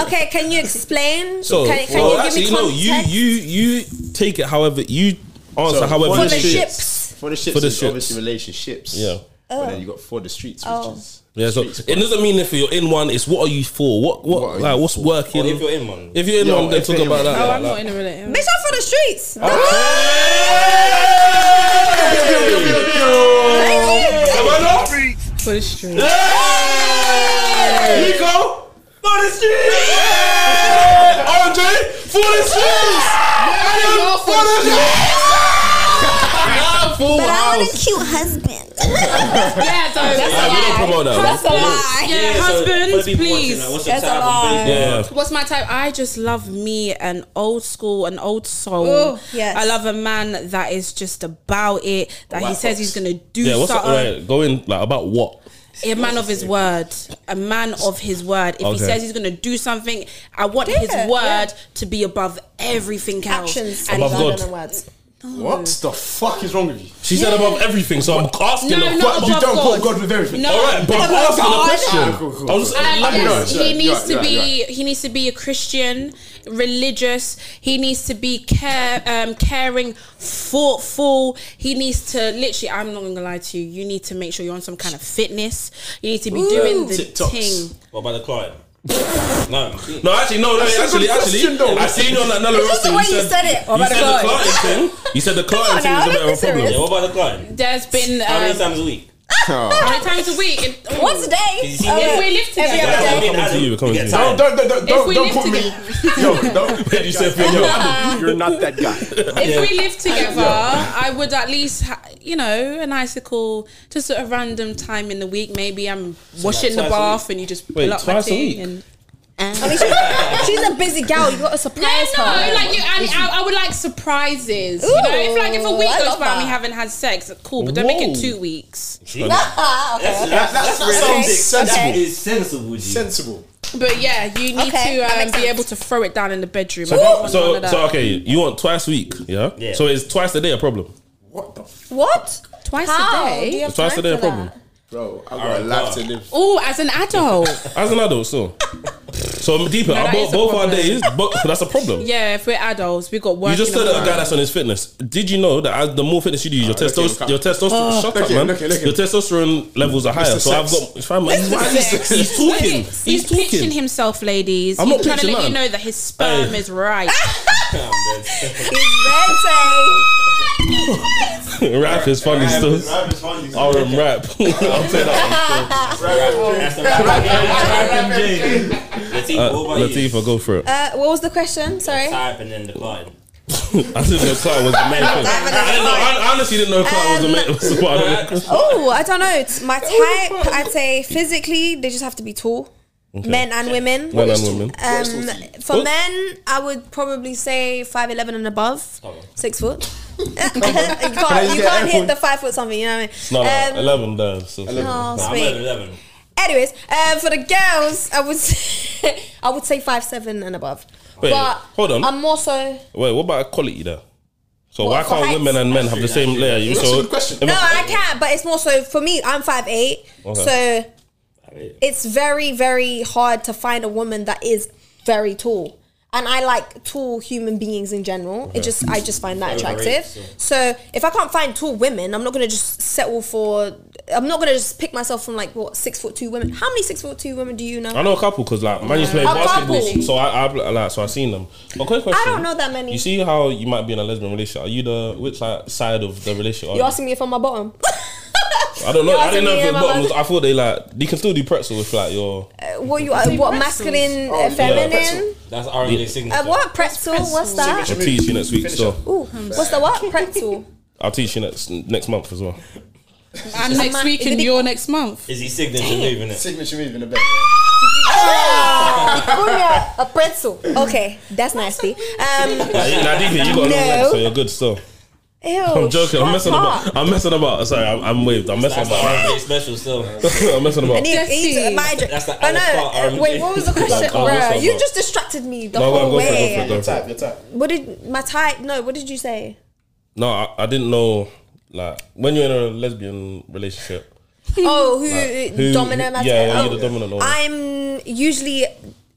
S7: Okay, can you explain?
S3: So,
S7: can, can
S3: well,
S7: you
S3: actually,
S7: give me
S3: no.
S7: context
S3: You you you take it however you answer.
S4: So,
S3: however
S4: for
S7: for
S3: you
S7: the
S3: see it.
S7: ships?
S4: For the ships,
S3: For the
S4: is
S3: ships.
S4: obviously relationships.
S3: Yeah.
S4: But
S5: Oh.
S4: then you got for the streets, which is
S3: Yeah, so
S4: streets.
S3: it doesn't mean if you're in one, it's what are you for? What what,
S4: What are you
S3: like what's working?
S6: Well, if you're in one.
S3: If you're in
S4: Yo,
S3: one, then
S4: if
S3: talk
S4: you're in
S3: about
S4: one.
S3: that.
S5: oh
S3: like,
S5: I'm
S3: like-
S5: not in a relationship
S7: Bitch, I'm for the streets.
S5: for the street
S4: Nico, for the streets. RJ, for the streets. Adam, for the streets.
S7: But I want a cute husband.
S5: yeah so
S3: Nah, we don't promote that.
S7: That's a
S3: man.
S7: lie.
S5: yeah,
S6: so for
S5: husbands
S6: the people watching,
S5: please
S6: like, what's your
S7: That's a
S6: time on
S7: lie.
S6: Facebook?
S3: Yeah,
S5: What's my type? I just love me an old school, an old soul.
S7: Ooh, Oh, yes.
S5: I love a man that is just about it. That he
S4: White
S5: says
S4: fox.
S5: he's gonna do
S3: yeah. What's up?
S5: something.
S3: Right, go in like about what?
S5: A man of his word. A man of his word. If
S3: Okay.
S5: he says he's gonna do something, I want his
S7: Yeah,
S5: word to be above everything else.
S7: Actions.
S5: And
S3: Above
S5: he-
S3: God.
S7: words.
S4: What the fuck is wrong with you?
S3: She said above everything, so I'm asking
S5: No,
S3: her.
S5: no,
S3: Fuck,
S5: above
S4: you don't
S5: God.
S4: quote God with everything.
S5: No.
S3: All right, but I'm
S5: Oh
S7: Above
S3: asking a
S7: God.
S3: question.
S4: Ah, cool, cool,
S3: I'm just
S4: cool.
S5: And
S4: You're
S3: elaborating.
S4: right,
S5: yes,
S4: you're right,
S5: Uh, he
S4: you're
S5: needs
S4: right,
S5: to
S4: you're right,
S5: be
S4: you're right.
S5: he needs to be a Christian, religious. He needs to be care um, caring, thoughtful. He needs to literally. I'm not gonna lie to you. You need to make sure you're on some kind of fitness. You need to be doing the
S4: TikToks.
S5: thing.
S6: What about the client? no, I'm clean.
S3: No, actually, no, no.
S4: That's a
S3: Actually,
S4: good question,
S3: actually,
S4: though.
S3: I seen you on that Nella
S7: It's just
S3: Ross
S7: the
S3: thing.
S7: way
S3: You
S7: you
S3: said,
S7: said it. What
S3: you
S7: about
S3: said
S7: the
S3: the
S7: client?
S3: client thing. You said the
S7: on
S3: client thing
S7: now,
S3: was a
S7: let's
S3: bit of a
S7: be serious.
S3: problem.
S6: Yeah, what about the client?
S5: There's been
S6: How many
S5: um,
S6: times a week?
S5: how many times a week? It- oh.
S7: Once a day.
S6: see
S7: Oh,
S6: me?
S7: yeah.
S5: We live
S7: Every other
S5: together.
S6: Yeah,
S7: day.
S6: I mean,
S3: Coming
S6: I
S3: to you,
S6: don't-
S3: coming
S6: you
S3: to
S6: get
S4: Don't
S3: you.
S6: tired.
S4: don't don't
S5: If we
S4: don't, don't
S5: live uh,
S4: put me.
S5: together,
S4: Yo, don't.
S3: You said for
S4: Yo,
S3: your-
S4: Adam, you're not that guy.
S5: if we live together, I would at least, ha- you know, an icicle just at a random time in the week. Maybe I'm washing
S6: twice
S5: the
S6: a
S5: bath and you just
S3: Wait,
S5: pull up my
S3: twice a
S5: thing
S3: week?
S5: and
S7: I mean, she's- she's a busy gal. You got to
S5: No,
S7: surprise
S5: no,
S7: her.
S5: like you, and I, I would like surprises. you know, if like if a week
S7: Ooh, I
S5: goes
S7: love
S5: by and we
S7: that.
S5: haven't had sex, cool, but don't make
S3: Whoa.
S5: it two weeks.
S7: Ah, okay.
S6: That's, that's, that's,
S4: That sounds sensible.
S6: It's sensible, G.
S4: Sensible.
S5: But yeah, you need
S7: Okay, that
S5: to um,
S7: makes
S5: be
S7: sense.
S5: able to throw it down in the bedroom. I don't
S3: So,
S5: want none
S3: so,
S5: of that.
S3: so, okay, you want twice a week, yeah?
S6: Yeah.
S3: So it's twice a day a problem.
S4: What the f-
S7: What?
S5: Twice a
S7: How?
S5: day?
S7: Do you have
S3: Twice
S7: time
S3: a day a
S7: for that?
S3: problem.
S4: bro? I got a
S6: Alright,
S4: life
S6: bro.
S4: to live.
S5: Oh, as an adult,
S3: As an adult, so So I'm deeper.
S5: No,
S3: I
S5: that
S3: bought
S5: is a
S3: both our
S5: problem.
S3: days, but that's a problem.
S5: Yeah, if we're adults, we got work.
S3: You just
S5: in
S3: said that
S5: the
S3: a guy
S5: morning.
S3: that's on his fitness. Did you know that as the more fitness you do, your
S4: Ah, look at him,
S3: testosterone,
S4: come.
S3: your testosterone, shut
S5: Oh.
S4: look
S3: up,
S4: at him,
S3: man.
S4: look at him, look at
S3: Your testosterone levels are higher.
S4: Mr.
S3: So I've
S4: Sex.
S3: got. If I'm, he's, he's, he's talking.
S5: He's,
S3: He's
S5: pitching
S3: talking.
S5: himself, ladies.
S3: I'm
S5: He's
S3: not
S5: trying to
S3: pitching
S5: let you
S3: none.
S5: know that his sperm
S3: Hey.
S5: is right.
S7: Ah.
S3: Rap is funny still. Oh. I'll rap. I'll play that. Uh, One. Latifa, go for it.
S7: Uh, what was the question? Sorry.
S6: Type and then the button.
S3: I didn't know Clout was the main thing. I, didn't know, I honestly didn't know Clout was the
S5: Um,
S3: main. Was what I don't know.
S7: Oh, I don't know. It's my type. I'd say physically, they just have to be tall. Men and women.
S3: Men and women.
S7: Um, for
S3: Oh.
S7: men, I would probably say five eleven and above,
S3: Oh.
S7: six foot. you can't, you
S4: get
S7: can't hit
S4: iPhone?
S7: the five foot something. You know what I
S3: No,
S7: mean?
S3: no,
S7: Um,
S3: eleven there. So,
S7: oh,
S6: Nah, I'm at
S7: sweet.
S6: 11.
S7: Anyways, um, for the girls, I would say, I would say five seven and above.
S3: Wait,
S7: but
S3: hold on.
S7: I'm more so.
S3: Wait, what about equality there? So
S7: What,
S3: why
S7: for
S3: can't
S7: heights?
S3: women and men have the same layer? You
S4: That's
S3: so
S4: a good question.
S3: if
S7: No,
S3: a-
S7: I can't. But it's more so for me. I'm five eight, so it's very very hard to find a woman that is very tall. And I like tall human beings in general. It just I just find that attractive. So if I can't find tall women, I'm not gonna just settle for. I'm not gonna just pick myself from like what six foot two women. How many six foot two women do you know?
S3: I know a couple because like man, you play
S7: A
S3: basketball,
S7: couple.
S3: so I, I like so I seen them. But quick question:
S7: I don't know that many.
S3: You see how you might be in a lesbian relationship? Are you the which like, side of the relationship? are
S7: You're
S3: you?
S7: asking me if I'm a bottom.
S3: I don't know.
S7: you're
S3: I didn't
S7: asking me
S3: know if it
S7: if I'm
S3: bottom
S7: a-
S3: was. I thought they like you can still do pretzel with like your
S7: what you? Uh, what masculine, uh, feminine?
S6: That's RNA signature.
S7: Uh, what pretzel? What's that?
S3: I'll teach you next week. So
S7: Ooh, what's the what pretzel?
S3: I'll teach you next next month as well.
S5: I'm next
S7: man-
S5: week
S7: is it
S5: and
S7: the-
S5: you're next month.
S6: Is he signature moving it?
S4: Signature move in the bed.
S7: Punya, Ah! a pretzel. Okay, that's nasty. Um,
S3: Now, Deepa, you got no legs,
S7: No.
S3: so you're good still.
S7: ew,
S3: I'm joking.
S7: shut
S3: I'm messing
S7: up.
S3: about. I'm messing about. Sorry, I'm, I'm waved. I'm messing
S6: That's the
S3: about.
S6: RNA special still.
S3: I'm messing about.
S7: I need, I need to-
S5: Jesse.
S7: my drink.
S6: That's the
S7: But no,
S6: Alucard
S7: uh,
S6: RMG.
S7: wait, what was the question,
S3: Like, oh, what's
S7: bro?
S3: up,
S7: You
S3: bro?
S7: just distracted me the
S3: No, go on,
S7: whole
S3: go for it, go for it,
S7: way.
S3: go
S4: Your
S3: for it.
S4: type, your type.
S7: What did my type? No, what did you say?
S3: No, I, I didn't know. Like when you're in a lesbian relationship,
S7: Oh, who,
S3: who-
S7: dominant? masculine?
S3: who- yeah, yeah,
S7: Oh,
S3: you're the dominant one.
S7: I'm usually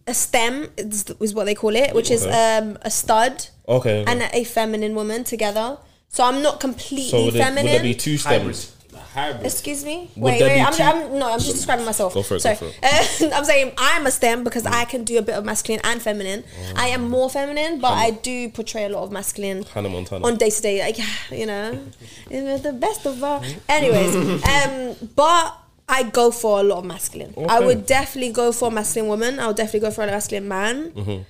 S7: a stem is, is what they call it, which is
S3: Okay.
S7: um a stud
S3: okay. okay.
S7: and uh, a feminine woman together. So I'm not completely
S3: so would, it, would
S7: feminine.
S3: there be two stems?
S6: Hybrid.
S7: Excuse me.
S3: Would
S7: wait,
S3: there
S7: wait.
S3: be
S7: I'm,
S3: two-
S7: I'm no. I'm just describing myself.
S3: Go for it, go
S7: Sorry.
S3: for it.
S7: Uh, I'm saying I'm a STEM because I can do a bit of masculine and feminine.
S3: Oh.
S7: I am more feminine, but I do portray a lot of masculine
S3: Hannah Montana.
S7: on day to day. Like you know, It's the best of all. Anyways, um, but I go for a lot of masculine. I
S3: Okay.
S7: would definitely go for a masculine woman. I would definitely go for a masculine man.
S3: Mm-hmm.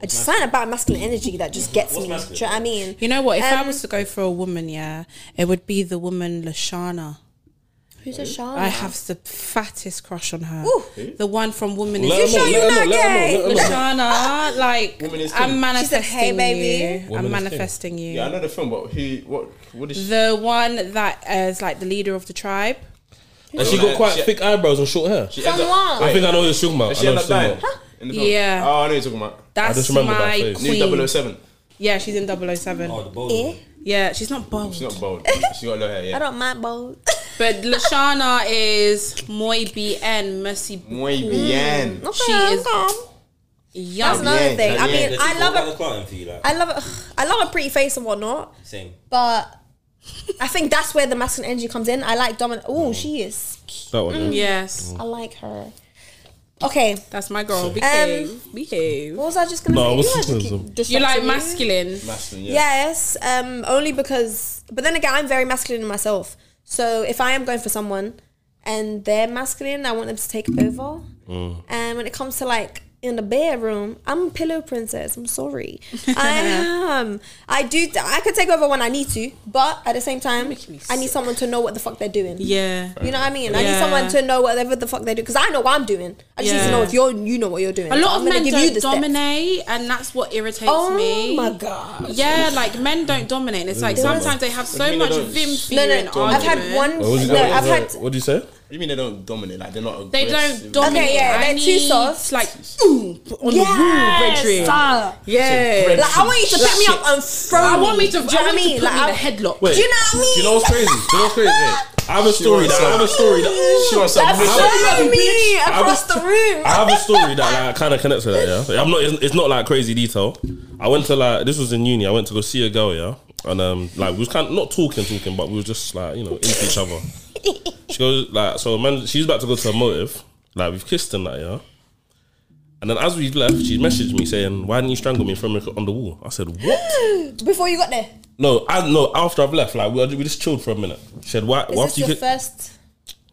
S7: I just find about masculine energy that just gets me. Do you know what I mean?
S5: You know what? If I
S7: Um,
S5: was to go for a woman, yeah, it would be the woman Lashana.
S7: Who's a shark?
S5: I have the fattest crush on her.
S7: Ooh.
S5: The one from Woman
S3: Let
S5: is
S3: her
S5: King.
S3: know, let
S7: not
S3: her know, let her know,
S7: gay.
S3: let her know.
S5: Lashana, like
S4: is
S5: I'm
S4: King.
S5: manifesting
S7: She said, "Hey, baby."
S5: you.
S3: Woman is
S5: I'm
S3: King.
S5: manifesting you.
S4: Yeah, I know the film, but who? What? What is? She?
S5: The one that is like the leader of the tribe.
S3: And she got quite thick eyebrows and short hair.
S4: She
S7: From
S4: ends up-
S7: what?
S3: I think I know who you're talking about.
S4: Does
S3: I
S4: she
S3: know
S4: end up
S3: who you're
S4: dying?
S3: talking about.
S4: In the film? Oh, I
S5: Yeah.
S4: know what you're talking about.
S5: That's
S3: just remember that
S5: my
S3: face.
S5: queen.
S4: New 007.
S5: Yeah, she's in 007.
S6: Oh, the bold one.
S7: Eh?
S5: Yeah, she's not bold.
S4: She's not bold. She got low hair.
S7: I
S4: Yeah.
S7: don't mind both.
S5: But Lashana is muy bien, merci.
S4: Muy bien.
S7: Okay,
S5: She is-
S7: okay. That's
S5: Yum.
S7: another
S4: Oh, Yeah,
S7: thing. I
S4: yeah,
S7: mean,
S6: There's
S7: I
S6: a
S7: love
S6: lot of
S7: a,
S6: client for you, like.
S7: I love a, I love a pretty face and whatnot,
S6: Same.
S7: but I think that's where the masculine energy comes in. I like dominant. Oh, she is.
S3: That one. yeah.
S5: Yes,
S7: I like her. Okay,
S5: that's my girl. Behave,
S7: Um,
S5: behave.
S7: what was I just gonna
S3: No,
S7: say?
S3: what's
S7: You,
S3: the-
S7: guys keep
S5: You
S7: distracting
S5: like
S7: me.
S5: masculine?
S4: Masculine, yeah.
S7: Yes, um, only because. But then again, I'm very masculine in myself. So if I am going for someone and they're masculine, I want them to take over. And when it comes to like in the bedroom, I'm a pillow princess. I'm sorry, I am. I do. I could take over when I need to, but at the same time,
S5: me
S7: I need someone to know what the fuck they're doing.
S5: Yeah.
S7: You know what I mean? I need
S5: Yeah.
S7: someone to know whatever the fuck they do because I know what I'm doing. I just need to
S5: Yeah.
S7: know if you're you know what you're doing.
S5: A
S7: So
S5: lot of
S7: I'm gonna
S5: men
S7: give
S5: don't
S7: you the steps.
S5: dominate, and that's what irritates
S7: Oh
S5: me.
S7: my god!
S5: Yeah, like men don't dominate. It's like sometimes they have so
S4: mean they
S5: much
S4: don't?
S5: vim for
S7: No,
S5: you in
S7: no. I've had
S5: argument.
S7: one.
S3: What, was
S7: No, I've had.
S3: what did you say?
S4: you mean they don't dominate? Like they're not.
S5: They
S4: aggressive.
S5: don't dominate.
S7: Okay, yeah,
S5: I
S7: they're too
S5: need,
S7: soft.
S5: Like ooh, on
S7: Yes,
S5: the wall, bedroom.
S7: sir.
S5: Yeah.
S7: Like I want you to pick me up and throw.
S5: I want me to.
S7: Do you know what I mean?
S5: Like
S7: Like I-
S5: a headlock.
S3: Wait,
S7: Do you know what I mean?
S3: Do you know what's crazy? Do you know what's crazy? Wait, I have a story that I have a story that
S4: She wants some
S7: That's
S4: mission.
S7: showing me
S3: I
S7: across
S3: was-
S7: the room.
S3: I have a story that like, kind of connects with that. Yeah, I'm not. It's, it's not like crazy detail. I went to like this was in uni. I went to go see a girl. Yeah, and um, like we was kind of not talking, talking, but we were just like you know into each other. She goes like so. Man, she's about to go to a motive. Like we've kissed and that. Yeah. And then as we left, she messaged me saying, "Why didn't you strangle me from on the wall?" I said, "What?
S7: Before you got there,
S3: No, I no. After I've left, like we, we just chilled for a minute." She said, "Why?
S7: is
S3: why
S7: this
S3: after you
S7: your
S3: get,
S7: first?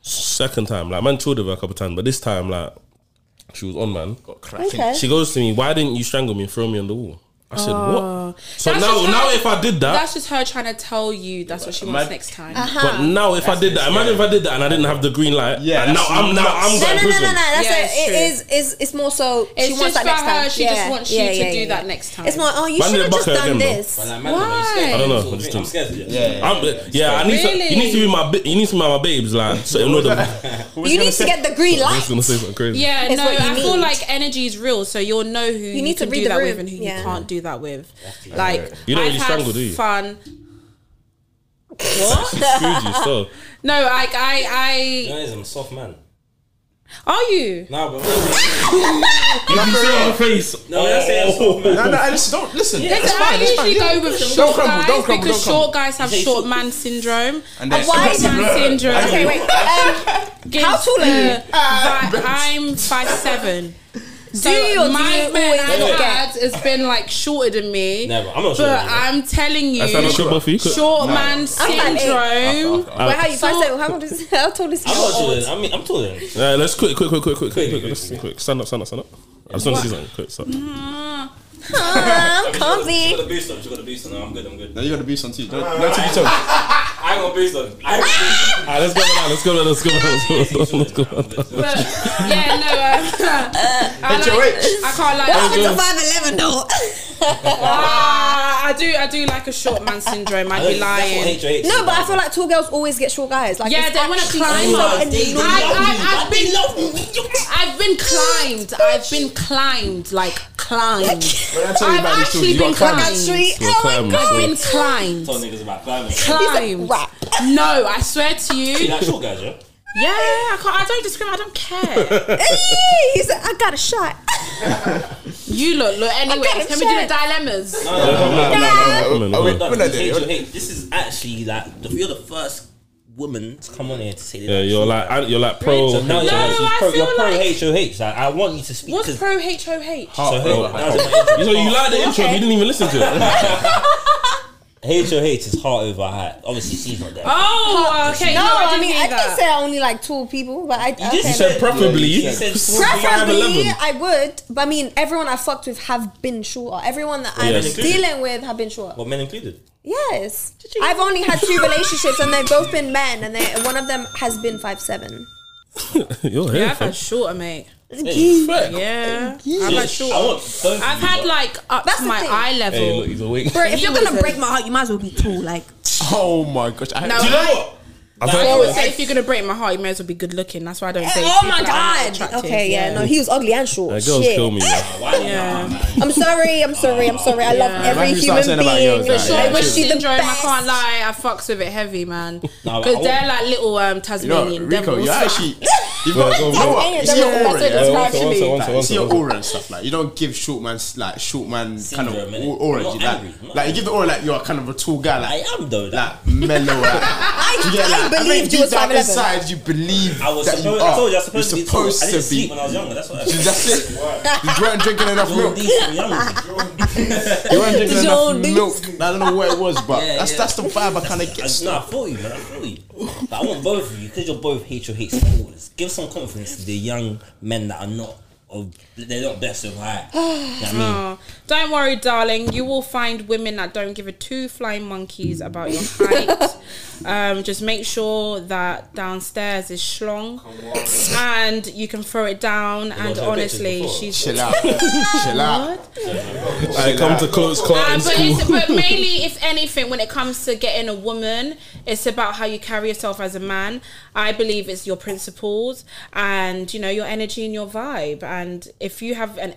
S3: second time, like man chilled with her a couple times, but this time, like she was on man.
S7: Okay.
S3: She goes to me, "Why didn't you strangle me and throw me on the wall?" I said,
S7: Oh.
S3: "What?" So
S5: That's
S3: now,
S5: just
S3: now
S5: how-
S3: if I did that,
S5: That's just her trying to tell you that's what she wants
S4: Imagine-
S5: next time.
S7: Uh,
S3: but
S7: Uh-huh.
S3: now if I did that, imagine if I did that and I didn't have the green light.
S4: Yeah,
S3: Yeah, and now
S4: that's
S3: I'm now I'm
S7: No, no,
S3: going to
S7: no, no, no.
S3: prison.
S7: That's
S5: Yeah,
S7: it.
S5: it's
S7: It
S5: true.
S7: is. Is it's more so.
S5: It's
S7: she wants
S5: just
S7: that
S5: for
S7: next
S5: her,
S7: time.
S5: she just wants you to do that next time.
S7: It's more. Oh, you
S3: Bandit
S7: should have just
S3: Bucker
S7: done
S3: again, though.
S7: this.
S6: But like, man, I'm
S5: Why?
S6: scared.
S5: I
S3: don't know,
S6: I'm
S3: I'm just
S6: I'm scared. Yeah.
S3: I'm, yeah, I need
S5: Really?
S3: to, you need to be my bi- you need to be my babes, like so you know the, I
S7: You need to get the green
S3: was
S7: light.
S3: gonna say something crazy.
S5: Yeah,
S7: It's
S5: no,
S7: what you
S5: I feel
S7: need.
S5: like energy is real, so you'll know who you,
S7: need to
S5: can
S7: read
S5: do
S7: the
S5: that
S7: room.
S5: with and who
S7: Yeah.
S5: you can't do that with. Like
S3: You don't
S5: I've
S3: really
S5: had
S3: strangle, do you?
S5: Fun.
S3: Screwed you, so
S5: No, like I, I.
S6: Guys, I'm a soft man.
S5: Are you?
S6: Nah, but no,
S3: you see it on my face.
S6: no, that's it. I'm soft man.
S4: No, no, I just don't listen.
S5: Listen,
S4: It's
S5: I
S4: fine, it's fine.
S5: usually
S4: Yeah.
S5: go with
S4: Don't
S5: short
S4: crumble,
S5: guys
S4: don't crumble,
S5: because
S4: don't crumble.
S5: short guys have short man syndrome.
S4: And then-
S7: Why
S5: Short
S7: is
S5: man syndrome.
S7: Okay, wait. Um,
S5: gives
S7: how tall are you?
S5: the vi- I'm five seven. So
S7: you or do
S5: my
S7: you
S5: men
S7: always
S5: I've
S7: get?
S5: had has been like shorter than me.
S6: Never. I'm not shorter
S5: But
S6: than you.
S5: I'm telling you,
S3: I sound like
S5: short,
S3: Good Buffy.
S5: man
S7: I'm like
S5: syndrome.
S7: Wait, how you find out? How old is? How tall is he?
S6: I'm not taller. than- I mean, I'm taller. than-
S3: Alright, let's quick, quick, quick, quick, quick, quick,
S6: quick,
S3: quick, quick, quick. Stand up, stand up, stand up. I just want to see something quick. Sorry.
S7: Ah, I'm
S6: She
S7: comfy.
S6: got a boost on. She got a boost on. No, I'm good. I'm good.
S4: No, you got to boost on too. No, no tippy toes.
S6: I ain't got a boost on. I ain't got
S5: Ah!
S3: Alright, let's go, now, let's go, now, let's go, now, let's go, now, let's go. now.
S6: a boost on.
S5: But yeah, no, uh, I, like, I can't like.
S7: I'm into five eleven though.
S5: Ah, I do, I do like a short man syndrome. I'd be lying.
S6: That's what HOH
S7: No, but I feel like tall girls always get short guys. Like
S5: Yeah,
S7: it's
S5: they wanna
S7: actually
S5: climb
S7: so
S5: us. They
S7: annoying.
S5: I, I, I've been I've been climbed. I've been climbed, like climbed.
S4: When I tell you
S5: I've
S4: about these tools,
S5: actually
S4: you
S5: been
S4: got climbed.
S5: climbed.
S7: Actually,
S3: We'll
S7: oh my
S3: climb,
S7: god.
S5: I've
S3: so-
S5: been climbed.
S6: Tell niggas about climbing.
S5: Climbed.
S7: Rap.
S5: No, I swear to you.
S6: You
S5: Yeah,
S6: like short guys, yeah?
S5: I can't. I don't discriminate. I don't care.
S7: Hey, he said, I got a shot.
S5: You look, look. Anyway,
S7: I don't
S5: can we do
S7: care.
S5: the dilemmas?
S6: No, no, no,
S4: No, no, no,
S3: Women,
S4: no. Oh, wait,
S6: no.
S4: we're not there.
S6: HOH, This is actually like the, you're the first woman to come on here to say that.
S3: Yeah, you're like and you're like pro.
S6: So now
S3: hate
S6: you're,
S5: No,
S6: actually
S5: I
S6: pro,
S5: feel
S6: you're pro
S5: like-
S6: HOH. Like, I want you to speak.
S5: What's
S6: 'cause-
S5: pro H O H?
S6: so
S3: Oh,
S6: HOH, that was my
S3: oh.
S6: intro.
S3: You know, you like the intro, but you didn't even listen to it.
S6: HOH is heart over heart. Obviously, she's not there.
S5: Oh, okay.
S7: No,
S5: No, I
S7: I
S5: didn't
S7: mean,
S5: hear
S7: I
S5: that.
S7: did say I only like tall people, but I. okay.
S6: You
S3: said preferably.
S6: You said
S7: Preferably,
S3: 5'11".
S7: I would, but I mean, everyone I fucked with have been shorter. Everyone that I'm
S3: Yes.
S7: dealing with have been shorter.
S6: Well, men included.
S7: Yes, I've only had two relationships, and they've both been men, and they one of them has been five seven.
S3: Your
S5: Yeah,
S3: hair,
S5: I've had shorter, mate. Yeah, I've had
S6: I
S5: short.
S6: want both of
S5: I've
S6: you,
S5: had
S6: but-
S5: like up
S7: That's
S5: to
S7: the
S5: my
S7: thing.
S5: eye
S3: Hey,
S5: level.
S3: look, he's awake.
S7: Bro, if you're gonna
S5: Listen.
S7: break my heart, you might as well be tall. Like,
S4: Oh my gosh. I,
S5: No,
S4: Do you
S5: I-
S4: know what?
S3: I've
S5: I always
S3: had,
S5: say if you're gonna break my heart, you may as well be good looking. That's why I don't date.
S7: oh my
S5: people that aren't
S7: god.
S5: attractive.
S7: Okay, yeah, no, he was ugly and short.
S3: that girls
S7: Shit.
S3: kill me. man.
S6: Why not?
S5: Yeah.
S7: I'm sorry. I'm sorry. I'm sorry. I love
S4: Like
S7: every
S4: you started
S7: human
S4: saying
S7: being.
S4: about yours,
S7: I
S4: like,
S5: Short
S4: Yeah,
S5: wish
S7: wish you the
S5: syndrome. I
S7: best.
S5: can't lie. I fucks with it heavy, man.
S6: No,
S5: Because
S6: I
S5: they're
S6: won't.
S5: like little um,
S4: You know,
S5: Tasmanian
S4: what, Rico,
S5: devils.
S4: you're actually. You've got,
S3: go,
S4: you know
S3: go.
S4: what? You see your aura,
S5: That's what
S4: yeah?
S5: it's
S3: One second, one second, one
S4: Like,
S3: second,
S4: you
S3: one
S4: see your
S3: second.
S4: aura and stuff. Like you don't give short man like short man kind
S6: Syndrome,
S4: of
S6: innit?
S4: au- aura.
S6: I'm not
S4: You, like,
S6: angry. I'm not
S4: like you give the aura like you're kind of a tall guy.
S6: I
S4: Like
S6: am though. Like,
S4: like mellow. Like,
S7: I,
S4: you get,
S7: I
S4: like, think
S7: believed you
S4: deep
S7: was
S4: down
S7: 5'11.
S4: inside you believe
S6: I was
S4: that you
S6: supposed.
S4: are.
S6: I told you I was supposed,
S4: You're
S6: to be. Tall. I
S4: supposed
S6: didn't
S4: to
S6: sleep
S4: be.
S6: when I was younger. That's what. I
S4: That's it. You weren't drinking enough
S6: John
S4: milk.
S6: D from young.
S4: You weren't drinking enough
S7: John Dees.
S4: milk. I don't know what it was, but
S6: Yeah,
S4: that's
S6: yeah.
S4: that's the vibe I kind of get.
S6: No, I feel you, man. I feel you. But I want both of you because you're both HOH supporters. Give some confidence to the young men that are not of they're not best of high. You know what I mean,
S5: Don't worry, darling. You will find women that don't give a two flying monkeys about your height. um, just make sure that downstairs is schlong, and you can throw it down. And
S6: watched her pictures
S5: honestly,
S6: before.
S5: she's
S4: Chill out. Chill out.
S3: I come to close
S5: Nah,
S3: Clark in
S5: Um, but,
S3: school.
S5: it's, but mainly, if anything, when it comes to getting a woman, it's about how you carry yourself as a man. I believe it's your principles and you know your energy and your vibe. And if you have an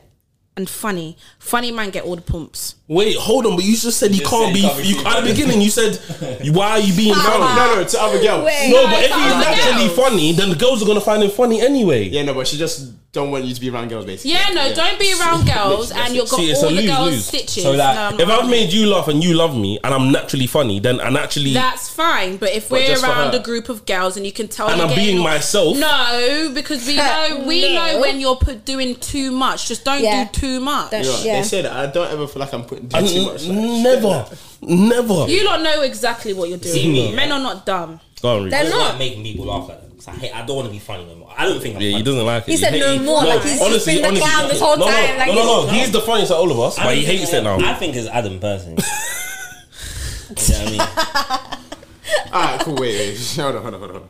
S5: and funny, funny man get all the pumps.
S3: Wait, hold on, but you just said you
S6: Just
S3: can't be.
S6: said can't be
S3: You,
S6: seen
S3: at the
S6: by-
S3: beginning, you said, "Why are you being violent?"
S4: No, no, to other girls.
S7: Wait.
S3: No, but if he's
S5: Someone
S3: naturally
S5: else.
S3: funny, then the girls are gonna find him funny anyway.
S4: Yeah, no, but she just don't want you to be around girls, basically.
S5: Yeah, no, don't be around girls and you've got
S3: See, it's
S5: all
S3: a
S5: the
S3: lose,
S5: girls
S3: lose.
S5: stitches.
S6: So, like,
S5: No, I'm
S3: If
S5: not
S3: I've made you laugh and you love me and I'm naturally funny, then and actually
S5: That's fine, but if
S4: just
S5: we're
S4: for
S5: around
S4: her.
S5: a group of girls and you can tell,
S3: and
S5: you're
S3: I'm being
S5: getting-
S3: myself,
S5: No, because we know we
S7: No.
S5: know when you're put doing too much. Just don't
S7: Yeah.
S5: do too much.
S7: Don't-
S4: You know,
S7: Yeah. Mm-hmm.
S4: They say that I don't ever feel like I'm putting
S3: I
S4: down too much. like,
S3: n- never, never.
S5: You lot know exactly what you're doing.
S6: See me,
S5: Men
S6: yeah.
S5: are not dumb.
S3: Go on, Reece.
S6: I
S7: They're
S6: don't like
S7: not.
S6: making people laugh like that. 'cause I hate. I don't want to be funny no more. I don't think I'm.
S3: Yeah,
S6: funny.
S3: he doesn't like it.
S7: He said
S3: hate-
S7: no more, like he's been the clown this whole
S3: no,
S7: time,
S3: No,
S7: like
S3: no, no, no,
S7: he's-
S3: He's the funniest of all of us,
S6: I
S3: but
S6: don't
S3: he
S6: think
S3: hates
S6: I
S3: it now.
S6: am. I think it's Adam personally. you know what I mean?
S4: Alright, cool, wait, wait. Hold on, hold on, hold on.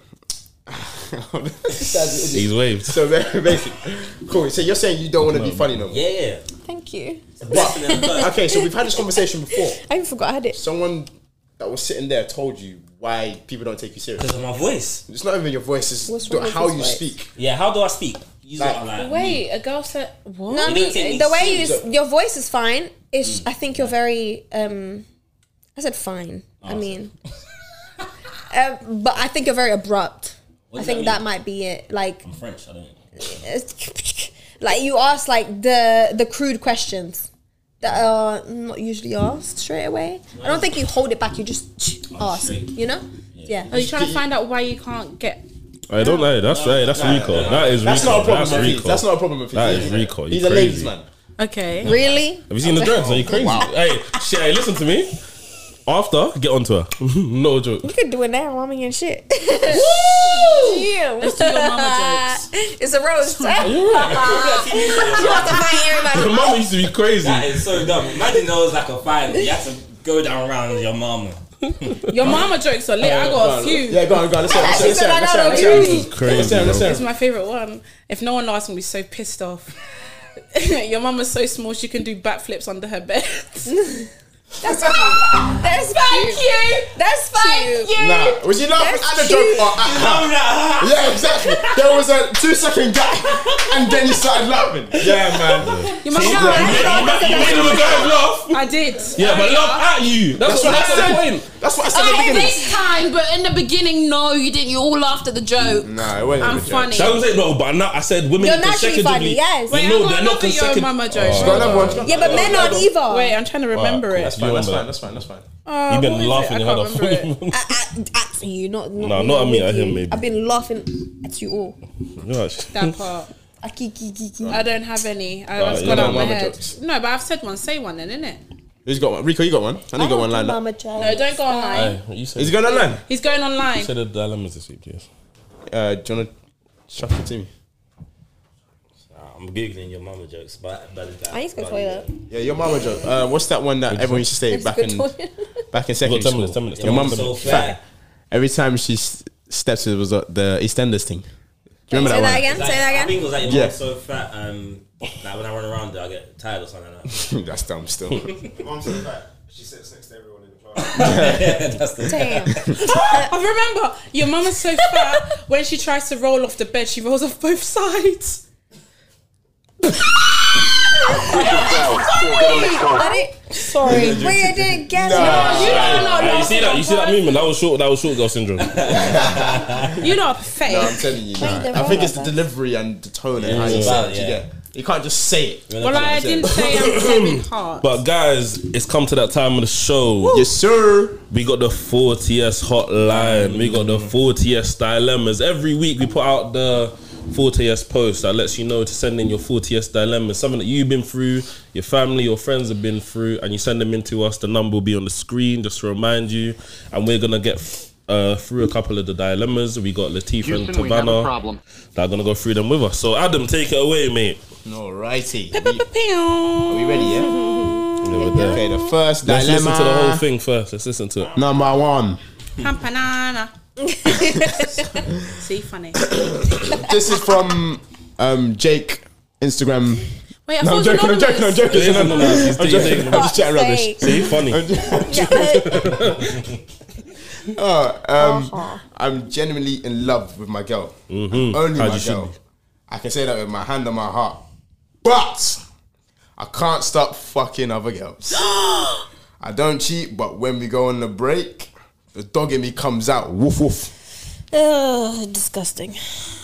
S4: Hold on.
S3: He's waved.
S4: so ba- basically, cool. So you're saying you don't want to be funny no more.
S6: Yeah, yeah.
S7: Thank you.
S4: But, okay, so we've had this conversation before.
S7: I even forgot I had it.
S4: Someone that was sitting there told you why people don't take you serious.
S6: Because of my voice.
S4: It's not even your voice, it's
S7: What's wrong
S4: the-
S7: with
S4: how
S7: his
S4: you
S7: voice?
S4: speak.
S6: Yeah. How do I speak? You
S4: Like-
S6: lot are like,
S5: Wait, a girl said
S7: No, I
S5: what?
S6: You don't
S7: mean
S6: think
S7: the
S6: it's-
S7: way you s- your voice is fine. It's I think you're very. um I said fine. I mean, um, but I think you're very abrupt. I
S6: What does that
S7: think
S6: mean?
S7: that might be it. Like,
S6: I'm French. I don't.
S7: it's- like you ask like the the crude questions that are not usually asked straight away. I don't think you hold it back. You just ask.
S6: straight.
S7: You know? Yeah. Oh,
S5: Are you trying to find out why you can't get?
S3: I don't know. That's hey, that's
S6: no,
S3: Rico.
S6: no, no.
S3: That is
S4: That's
S3: Rico.
S4: not a problem
S3: That's
S4: of his.
S3: Rico.
S4: That's not a problem of his.
S3: That
S4: He's-
S3: is Rico. You
S4: He's a ladies
S3: crazy.
S4: man.
S5: Okay.
S7: Really?
S3: Have you seen the dreads? Are you crazy? Hey, shit, hey, listen to me. After, get onto her. no joke.
S7: You could do it now, mommy and shit. Yeah.
S5: Let's do your mama jokes.
S7: It's a roast. you have to find
S3: Her
S7: everybody.
S3: mama used to be crazy.
S6: That is so dumb. Imagine those like a five. You have to go down around with your mama.
S5: Your mama jokes are lit. I got a few.
S4: Yeah, go on, go on. Let's hear it, let's hear it,
S7: She said, I
S4: let's hear it,
S7: know
S4: let's hear it, let's hear it.
S7: you.
S4: Let's
S3: Crazy.
S4: hear it, let's
S3: bro.
S4: hear
S5: It's
S4: it.
S5: my favorite one. If no one asked me, so pissed off. Your mama's so small she can do backflips under her bed.
S7: That's fine. That's fine. That's fine.
S4: Nah, was he laughing
S7: That's
S4: at the joke
S7: cute.
S4: or at her? Yeah, exactly. There was a two second gap, and then you started laughing. Yeah, man.
S5: Your mama,
S3: You made him a guy laugh.
S5: I did.
S3: Yeah, but laugh at you. That's,
S4: That's
S3: what,
S4: what I
S3: that's the
S4: said.
S3: point.
S4: That's what I said at the beginning.
S5: this time, but in the beginning, no, you didn't. You all laughed at the joke.
S4: Nah, it wasn't
S5: I'm
S4: a joke.
S5: funny.
S3: That was it, no, but now I said women
S7: You're naturally
S3: consecutively.
S7: funny, yes.
S5: Wait,
S3: no,
S5: I got
S3: they're not
S5: another your
S3: consecutive. Oh.
S5: mama joke.
S4: Got another one.
S7: Yeah, but men aren't either.
S5: Wait, I'm trying to remember
S3: cool.
S5: it.
S3: That's
S4: Fine, that's
S3: Remember
S4: fine.
S3: that.
S4: That's fine. That's fine.
S5: Uh,
S3: You've
S5: what
S3: been
S5: is
S3: laughing
S5: it?
S3: your
S5: I
S3: head
S5: can't remember it.
S3: off.
S7: at, at you, not, not
S3: No, not at me,
S7: with
S3: at him,
S7: you.
S3: maybe.
S7: I've been laughing at you all.
S5: That part.
S7: Ah, ki- ki- ki- ki.
S5: I don't have any. I
S3: Right,
S5: just
S3: you
S5: got
S3: know
S5: out my
S4: mama
S5: head.
S4: jokes.
S5: No, but I've said one. Say one then, innit?
S4: Who's got one? Rico, you got one. I know
S5: Oh,
S4: you got one lined up.
S7: Mama child.
S5: No, don't go online.
S3: Hey, you said,
S4: Is he going online?
S5: He's going online.
S3: you said the dilemmas this week, yes.
S4: Uh, do you want to chuck it to me?
S6: I'm googling your mama jokes, but but
S7: I need to go to the toilet.
S4: Yeah, your mama joke. Uh, what's that one that everyone used to say back in back in secondary
S3: We've got 10
S4: school?
S3: minutes, 10 minutes,
S4: Your
S3: 10
S4: mama
S3: minutes.
S6: So
S4: joke.
S6: fair.
S4: Every time she s- steps, it was uh, the EastEnders thing. Do you remember that
S7: Say that
S4: one?
S7: again.
S6: Like,
S7: Say that
S6: I
S7: again.
S6: think it was like your
S4: Yeah.
S6: mom's so fat. Um, like when I run around, there, I get tired or something like that.
S4: That's dumb. Still.
S9: Mom's in fact, she sits next to everyone in the class.
S6: That's the
S7: Damn.
S5: I Oh, remember your mum is so fat. when she tries to roll off the bed, she rolls off both sides.
S7: I didn't, sorry. Wait, I didn't get
S5: You
S7: it.
S5: know, no,
S3: Hey, you see that? You see that movement? That was short. That was short girl syndrome.
S5: You know, pathetic.
S4: No, I'm telling you.
S7: they're
S4: Nah. I think
S7: wrong
S4: it's the
S7: about
S4: delivery and the tone and how you
S6: it's
S4: say
S6: about-
S4: it. You,
S6: yeah.
S4: get. you can't just say it.
S5: well, I didn't say I'm Kevin Hart.
S3: But guys, it's come to that time of the show.
S4: Yes, sir.
S3: We got the 40s hotline. We got the 40s dilemmas. Every week we put out the 40s post that lets you know to send in your 40s dilemmas, something that you've been through, your family, your friends have been through, and you send them in to us. The number will be on the screen just to remind you. And we're gonna get uh, through a couple of the dilemmas. We got Latif and Tavana that are gonna go through them with us. So Adam, take it away, mate.
S4: No righty. Are we- are
S5: Pew.
S4: we ready? Yeah.
S3: Yeah, we're there.
S4: Okay. The first
S3: Let's
S4: dilemma.
S3: listen to the whole thing first. Let's listen to it.
S4: Number one.
S5: Campanana. See, funny.
S4: This is from um, Jake Instagram.
S5: Wait, I
S4: No, I'm
S5: thought it was
S4: joking. I'm joking. I'm joking.
S3: It
S5: anonymous.
S3: is
S4: I'm
S3: anonymous. He's
S4: I'm
S3: taking-
S4: joking. I'm just chatting rubbish.
S7: Sake.
S3: See, funny.
S7: uh,
S4: Oh, um, I'm genuinely in love with my girl. Only
S3: Mm-hmm. As
S4: my
S3: you should
S4: girl.
S3: be.
S4: I can say that with my hand on my heart. But I can't stop fucking other girls. I don't cheat, but when we go on the break, the dog in me comes out. Woof woof.
S7: Ugh, disgusting.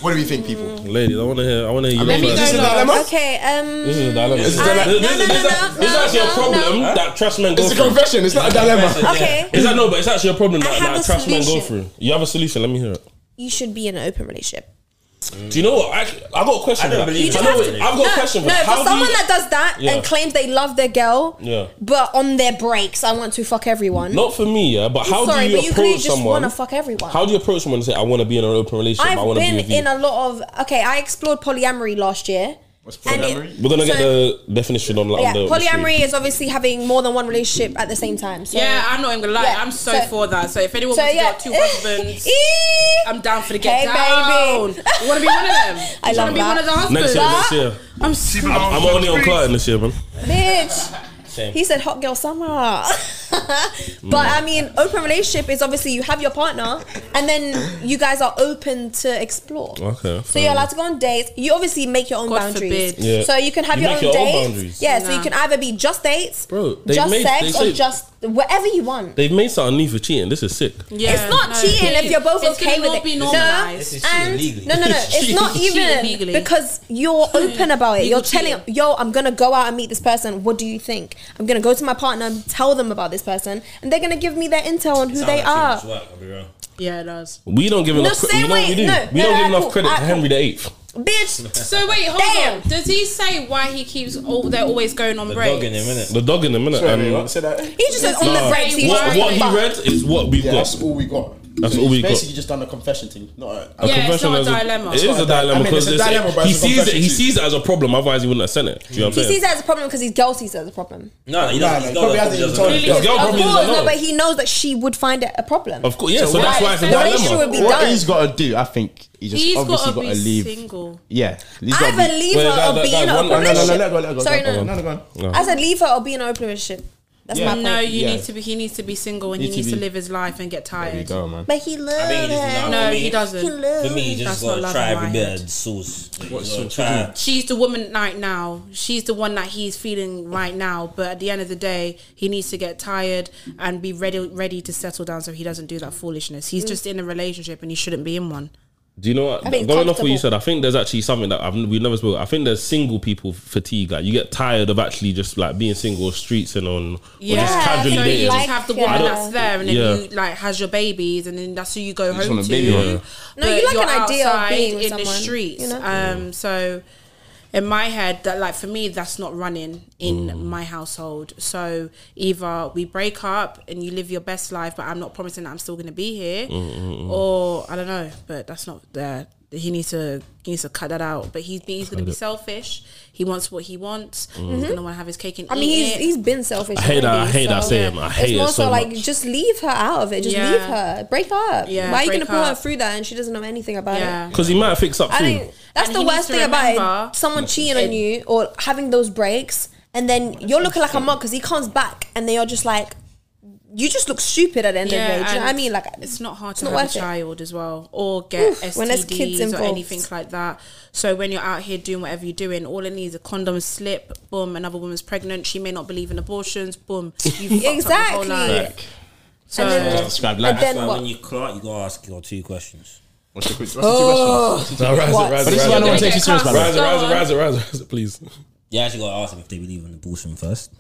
S4: What do we think, people?
S3: Lady, I want to hear. I want to hear you
S4: Let me
S3: first.
S4: go.
S3: This
S4: Is
S3: is
S4: it
S3: a
S4: a dilemma?
S7: Okay, um,
S3: dilemma. This is a
S7: I-
S3: dilemma.
S7: no,
S3: This
S7: no,
S3: is- this
S7: no,
S3: is-
S7: no,
S3: this is actually a
S7: no,
S3: problem that trash men go
S4: It's a
S3: through.
S4: confession. It's not a dilemma.
S7: okay,
S3: Is that no? But it's actually a problem
S7: I
S3: that,
S7: have
S3: that
S7: a
S3: trash men go
S7: solution.
S3: through. You have a solution. Let me hear it.
S7: you should be in an open relationship.
S3: Do you know what? I, I got a question.
S6: I
S3: for that.
S6: don't believe You
S3: I
S6: just
S3: know
S6: have
S3: it.
S6: to-
S3: I've got a question.
S7: No,
S3: that. How
S7: for
S3: do
S7: someone
S3: you-
S7: that does that
S3: Yeah.
S7: and claims they love their girl,
S3: Yeah.
S7: but on their breaks, I want to fuck everyone.
S3: Not for me, yeah. But how
S7: Sorry,
S3: do you
S7: but you
S3: approach
S7: clearly just
S3: someone?
S7: want to fuck everyone.
S3: How do you approach someone and say, "I want to be in an open relationship. I
S7: I've
S3: want to be
S7: been
S3: with you"?
S7: in a lot of okay. I explored polyamory last year.
S4: What's
S7: And it-
S4: polyamory?
S3: We're gonna get
S7: so-
S3: the definition on like
S7: Yeah,
S3: on the
S7: polyamory is obviously having more than one relationship at the same time. So,
S5: Yeah, I'm not even gonna lie.
S7: Yeah,
S5: I'm so,
S7: so-
S5: for that. So if anyone
S7: so
S5: wants
S7: yeah,
S5: to get two husbands,
S7: Eee!
S5: I'm down for the
S7: Hey,
S5: get down.
S7: baby.
S5: You wanna be one of them?
S7: I love
S5: you wanna be one of the
S7: that.
S5: husbands?
S3: Next year, next year.
S5: I'm so
S3: I'm only on Carton this year, man.
S7: bitch. He said hot girl summer. but I mean, open relationship is obviously you have your partner and then you guys are open to explore.
S3: Okay,
S7: So
S3: fair.
S7: you're allowed to go on dates. You obviously make your own
S5: God
S7: boundaries.
S5: forbid.
S3: Yeah.
S7: So you can have
S3: You
S7: your,
S3: make
S7: own,
S3: your own
S7: dates.
S3: boundaries.
S7: Yeah, so you
S5: Nah.
S7: can either be just dates,
S3: Bro, they
S7: just
S3: made-
S7: sex,
S3: they say-
S7: or just whatever you want.
S3: They've made something new for cheating. This is sick.
S5: Yeah,
S7: it's not
S5: no,
S7: cheating
S5: it
S7: if you're both
S5: is. It's
S7: okay
S5: gonna
S7: with
S5: not
S7: it.
S5: be
S7: no,
S5: normalized.
S6: This is
S7: and
S6: cheating legally.
S7: no, no, no. It's not
S5: Cheating
S7: even
S5: legally.
S7: because you're
S3: Hmm.
S7: open about it.
S5: Legal
S7: You're telling,
S5: cheating.
S7: yo, I'm gonna go out and meet this person. What do you think? I'm gonna go to my partner and tell them about this person, and they're gonna give me their intel on who
S6: Sound
S7: they
S6: like too
S7: are.
S6: much work, I'll be real.
S5: Yeah, it does.
S3: We don't give
S7: No,
S3: enough. cre-
S7: same
S3: you know what we
S7: way.
S3: do.
S7: No,
S3: we
S7: no,
S3: don't give
S7: alright,
S3: enough
S7: cool,
S3: credit to
S7: alright,
S3: Henry the Eighth.
S7: Bitch,
S5: So wait, hold
S7: Damn.
S5: on. Does he say why he keeps? all they're always going on
S6: The
S5: breaks.
S6: dog in him, innit?
S3: The dog in the minute.
S4: Sorry,
S3: um,
S4: what? Say that.
S7: he just says on
S3: no.
S7: the breaks. He
S3: what
S7: just
S3: what
S7: wants to
S3: he
S7: fuck.
S3: read is what we've
S9: Yeah,
S3: got.
S9: that's all we got.
S3: That's
S9: So
S3: all
S9: he's
S3: we got.
S9: Basically, just done a confession thing. Not a,
S5: Yeah, it's
S3: Confession
S5: not a
S3: is
S5: dilemma.
S3: It is a
S9: not a di-
S3: dilemma
S9: I mean,
S3: because
S9: it's a dilemma,
S3: it's-
S9: but
S3: he
S9: it's a
S3: sees it. He
S9: confession.
S3: sees it as a problem. Otherwise, he wouldn't have said it. Do you know what
S7: He
S3: I'm
S7: sees
S3: saying?
S7: it as a problem because his girl sees it as a problem.
S6: No, he
S9: Nah,
S6: doesn't.
S9: nah,
S6: he's
S9: he
S6: not
S9: probably
S6: that-
S9: hasn't
S6: he
S9: even
S6: doesn't-
S9: told
S3: His girl
S7: Of
S3: probably
S7: course,
S3: doesn't
S7: no,
S3: know.
S7: but he knows that she would find it a problem.
S3: Of course, yeah. So that's
S7: why-
S3: why it's a
S5: so why
S7: The relationship
S3: dilemma.
S7: would be
S4: What
S7: done.
S4: he's got to do, I think, he just
S5: He's
S4: obviously
S5: gotta
S4: got
S5: be
S4: to leave.
S5: single.
S4: Yeah, he's
S7: I
S4: gotta
S7: either leave
S3: Wait,
S7: her
S3: that-
S7: or
S3: that-
S7: be
S3: that
S7: in an
S3: one-
S7: open
S3: no, no, no,
S7: relationship.
S4: no, no, no, no,
S7: Sorry,
S4: no,
S7: no,
S4: no, no, no,
S3: no.
S7: I said leave her or be in an open relationship. That's
S4: Yeah.
S7: my
S5: No,
S7: point.
S5: you
S4: Yeah.
S5: need to be. He needs to be single and
S4: Need
S5: he
S4: to
S5: needs to
S4: be-
S5: live his life and get
S4: There you
S5: tired.
S4: go, man.
S7: But he
S6: I
S7: loved
S6: think he
S7: her.
S6: just-
S5: No,
S6: For me-
S5: he
S7: He
S5: doesn't.
S7: loved
S6: For me, you just
S5: That's
S6: gotta
S5: not love
S6: try
S5: in
S6: every
S5: my
S6: bit
S5: head.
S6: of sauce.
S4: What
S6: You gotta
S4: sauce?
S6: try-
S5: She's the woman right now. She's the one that he's feeling right now. But at the end of the day, he needs to get tired and be ready ready to settle down so he doesn't do that foolishness. He's just in a relationship and he shouldn't be in one.
S3: Do you know what?
S7: I mean,
S3: Going off what you
S7: comfortable.
S3: said, I think there's actually something that I've, we've never spoke. I think there's single people fatigue. Like you get tired of actually just like being single on streets and on or just
S7: Yeah, think
S3: casually
S5: so
S3: dating.
S5: you just have the
S7: Like,
S5: woman
S7: yeah.
S5: that's there and then
S3: Yeah.
S5: you like has your babies and then that's who you go
S4: just
S5: home
S4: want a
S5: to.
S4: baby,
S5: But
S4: yeah.
S7: No, you like
S5: you're
S7: an idea of
S5: outside
S7: being with
S5: in the
S7: someone,
S5: streets.
S7: you know?
S5: Um so in my head that like for me that's not running in
S3: Mm.
S5: my household. So either we break up and you live your best life but I'm not promising that I'm still gonna be here
S3: Mm,
S5: or I don't know, but that's not there. He needs to he needs to cut that out. But he's he's gonna be selfish. He wants what he wants.
S3: Mm.
S5: He's gonna wanna have his cake and
S7: Mm-hmm. I
S5: eat
S7: mean, he's,
S5: it.
S7: he's been selfish.
S3: I hate that. I
S7: already,
S3: hate that
S7: so-
S3: saying. I hate
S7: it's
S3: it
S7: more
S3: so
S7: so like
S3: much.
S7: just leave her out of it. Just
S5: Yeah.
S7: leave her. Break up.
S5: Yeah,
S7: Why are you
S5: break
S7: gonna put her
S5: up.
S7: through that and she doesn't know anything about
S5: yeah.
S7: it?
S3: Because he might fix up
S7: I
S3: too.
S7: think that's
S5: And
S7: the
S5: he needs
S7: worst
S5: to
S7: thing about
S5: remember-
S7: it. Someone cheating on you or having those breaks, and then you're looking like a mug because he comes back and then you're just like, you just look stupid at the end of the day. Do you know
S5: and
S7: what I mean? Like
S5: it's not hard to
S7: not
S5: have a
S7: worth it.
S5: child as well, or get STDs
S7: Oof, when there's kids
S5: or
S7: involved.
S5: anything like that. So when you're out here doing whatever you're doing, all it needs is a condom slip. Boom, another woman's pregnant. She may not believe in abortions. Boom, you
S7: Exactly.
S4: Back.
S5: So
S7: then-
S4: Subscribe,
S7: But
S4: like.
S7: then
S6: That's why
S7: what?
S6: when you clock, you gotta ask your two questions.
S4: What's the what's the question?
S3: No, rise, it,
S7: What?
S3: rise,
S7: But
S3: it,
S4: this is
S3: rise,
S4: why no
S3: it,
S4: one
S3: rise, it,
S4: takes you serious, man.
S3: rise, it,
S5: Go
S3: rise, it,
S5: on.
S3: rise, it, rise, it, please.
S6: You actually gotta ask them if they believe in abortion first,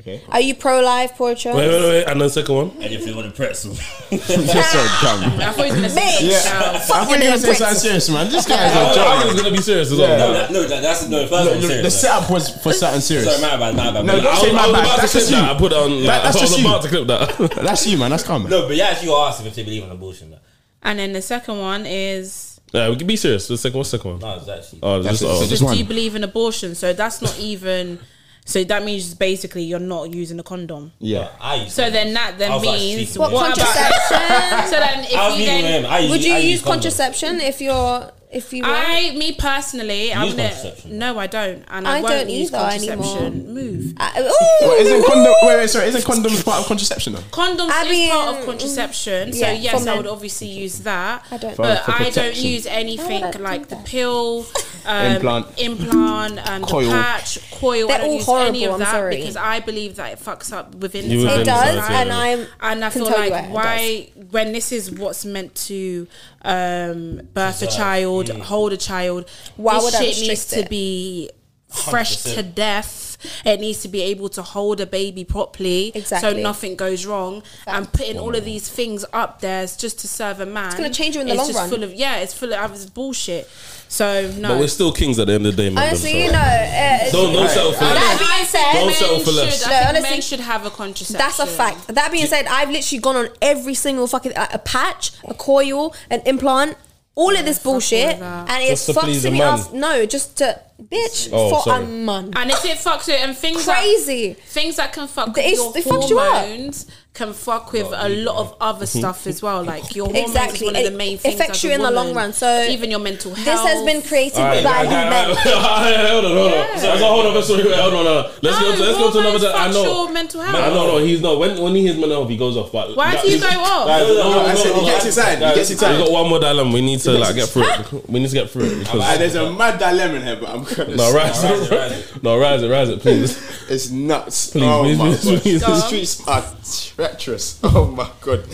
S4: Okay.
S7: Are you pro life, pro choice?
S3: Wait, wait, wait, and then second one.
S6: and if they want a pretzel.
S5: I thought he was gonna
S7: Bitch.
S5: say
S4: Yeah.
S5: child.
S4: I thought you were saying something serious, man. This guy's a
S3: I was
S4: joke.
S3: gonna be serious as well.
S6: no, that, no, that, that's no. First one,
S4: The
S6: serious.
S4: setup was for something
S6: Sorry,
S4: serious.
S6: my bad, my bad.
S4: No,
S6: my
S4: don't
S6: bad.
S3: I
S4: say
S3: was,
S4: my
S3: I was
S4: bad.
S3: about
S4: That's
S3: to
S4: just
S3: clip that.
S4: you.
S3: I put that on. Like,
S4: That- that's
S3: I was
S4: just you.
S3: about to clip that.
S4: That's you, man. That's calm. man.
S6: No, but you actually gotta ask them if they believe in abortion. though.
S5: And then the second one is
S3: Yeah, we can be serious. The second, what's the second one?
S6: No, it's actually.
S3: Oh,
S4: That's
S3: just,
S4: it.
S3: oh.
S4: So just
S5: do
S4: one.
S5: you believe in abortion? So that's not even. So that means basically you're not using a condom.
S4: Yeah.
S6: I used
S5: So
S6: to-
S5: then that
S6: I
S5: then
S6: was like,
S5: means
S6: sleeping with
S7: What
S5: about-
S7: contraception?
S5: so then if
S6: I was
S5: you
S6: leaving with him.
S5: then
S6: I
S7: Would you
S6: I
S7: use
S6: condom.
S7: contraception if you're if you? Were?
S5: I me personally I'm
S6: use
S5: gonna,
S6: contraception?
S5: no I don't and
S7: I
S5: I, won't
S7: don't
S5: use
S7: either
S5: contraception. Move
S7: I- Uh, ooh.
S4: But isn't condom? Wait, wait, sorry. Isn't condoms part of contraception though?
S5: condoms
S7: I
S5: is part
S7: mean,
S5: of contraception so
S7: yeah, for
S5: yes I
S7: men.
S5: would obviously use that
S7: I don't.
S4: For-
S5: but I don't
S4: protection.
S5: use anything
S7: I do
S5: like the
S7: that?
S5: pill, um,
S4: Implant.
S5: implant, um,
S4: Coil.
S5: the patch, coil.
S7: They're
S5: I don't
S7: all
S5: use
S7: horrible,
S5: any of
S7: I'm
S5: that
S7: sorry.
S5: because I believe that it fucks up within
S3: You
S5: the
S3: within
S7: It
S3: It
S7: does,
S3: does,
S7: and
S3: yeah.
S7: I'm
S5: and
S7: can
S5: I feel
S7: tell you
S5: like
S7: it does.
S5: why when this is what's meant to um, birth a child, hold a child,
S7: Why
S5: this
S7: would I
S5: shit needs
S7: restrict
S5: to be fresh
S6: 100%.
S5: to death. It needs to be able to hold a baby properly,
S7: Exactly.
S5: so nothing goes wrong. And putting all of these things up there is just to serve a man. It's
S7: gonna change you in the long
S5: just
S7: run.
S5: Full of yeah, it's full of it's bullshit. So no.
S3: oh. But we're still kings at the end of the day, man.
S7: Honestly,
S3: so-
S7: you know, uh,
S3: Don't don't settle for
S7: That
S3: that.
S7: being said-
S3: Don't settle for
S5: Men
S3: less.
S5: should- I
S7: No,
S5: think
S7: honestly,
S5: men should have a contraception.
S7: That's a fact. That being said, I've literally gone on every single fucking like, a patch, a coil, an implant, all of this
S5: fuck all
S7: bullshit,
S5: of that.
S7: and it
S3: Just to
S7: fucks
S3: please
S7: to
S3: a
S7: me
S3: man.
S7: ass. No, just to bitch
S3: Oh,
S7: for
S3: sorry.
S7: a man.
S5: And if it fucks it, and things that-
S7: Crazy.
S5: things that can fuck
S7: It's-
S5: with your
S7: it fucks you up.
S5: hormones can fuck with a lot of other
S3: Mm-hmm.
S5: stuff as well. Like your hormones
S7: Exactly.
S5: is one of
S7: It
S5: the main things.
S7: affects
S5: as
S7: you
S5: a
S7: in the long
S5: woman.
S7: run, so
S5: even your mental health.
S7: This has been created
S3: Alright,
S7: by
S3: alright, alright,
S7: men.
S3: alright, Hold on, hold on. So, hold on, sorry, hold on, hold on. Let's
S5: No,
S3: go. To, let's go to
S5: hormones
S3: another. I
S5: fucks
S3: know.
S5: your mental health.
S3: Man, no, no, he's not. When when he hears mental health, he goes off. But
S5: Why
S3: That-
S5: do you go off?
S3: Guys,
S6: No, no, no,
S4: I said he gets inside, he
S3: Guys,
S4: gets inside.
S3: We got one more dilemma. We need to like get through it. We need to get through it
S4: Ah,
S3: because
S4: there's a mad dilemma in here, but I'm gonna.
S3: no,
S4: say-
S3: rise,
S6: Rise it, rise
S3: it, no, rise it, rise it, please.
S4: It's nuts.
S3: Please,
S4: oh
S3: please,
S4: my
S3: please,
S4: god.
S3: please.
S4: The streets are treacherous. Oh my god.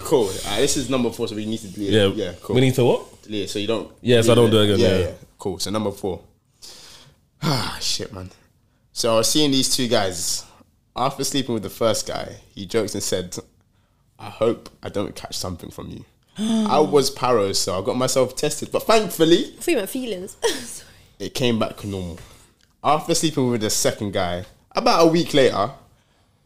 S4: Cool. Ah, this is number four, so we need to delete
S3: Yeah,
S4: it. Yeah, cool.
S3: We need to what?
S4: delete it so you don't.
S3: Yeah, so I don't do it again,
S4: Yeah,
S3: yeah.
S4: yeah. Cool. So number four. Ah, shit, man. So I was seeing these two guys. After sleeping with the first guy, he jokes and said, I hope I don't catch something from you. I was paro, so I got myself tested, but thankfully,
S7: Female feelings.
S4: it came back normal. After sleeping with the second guy, about a week later,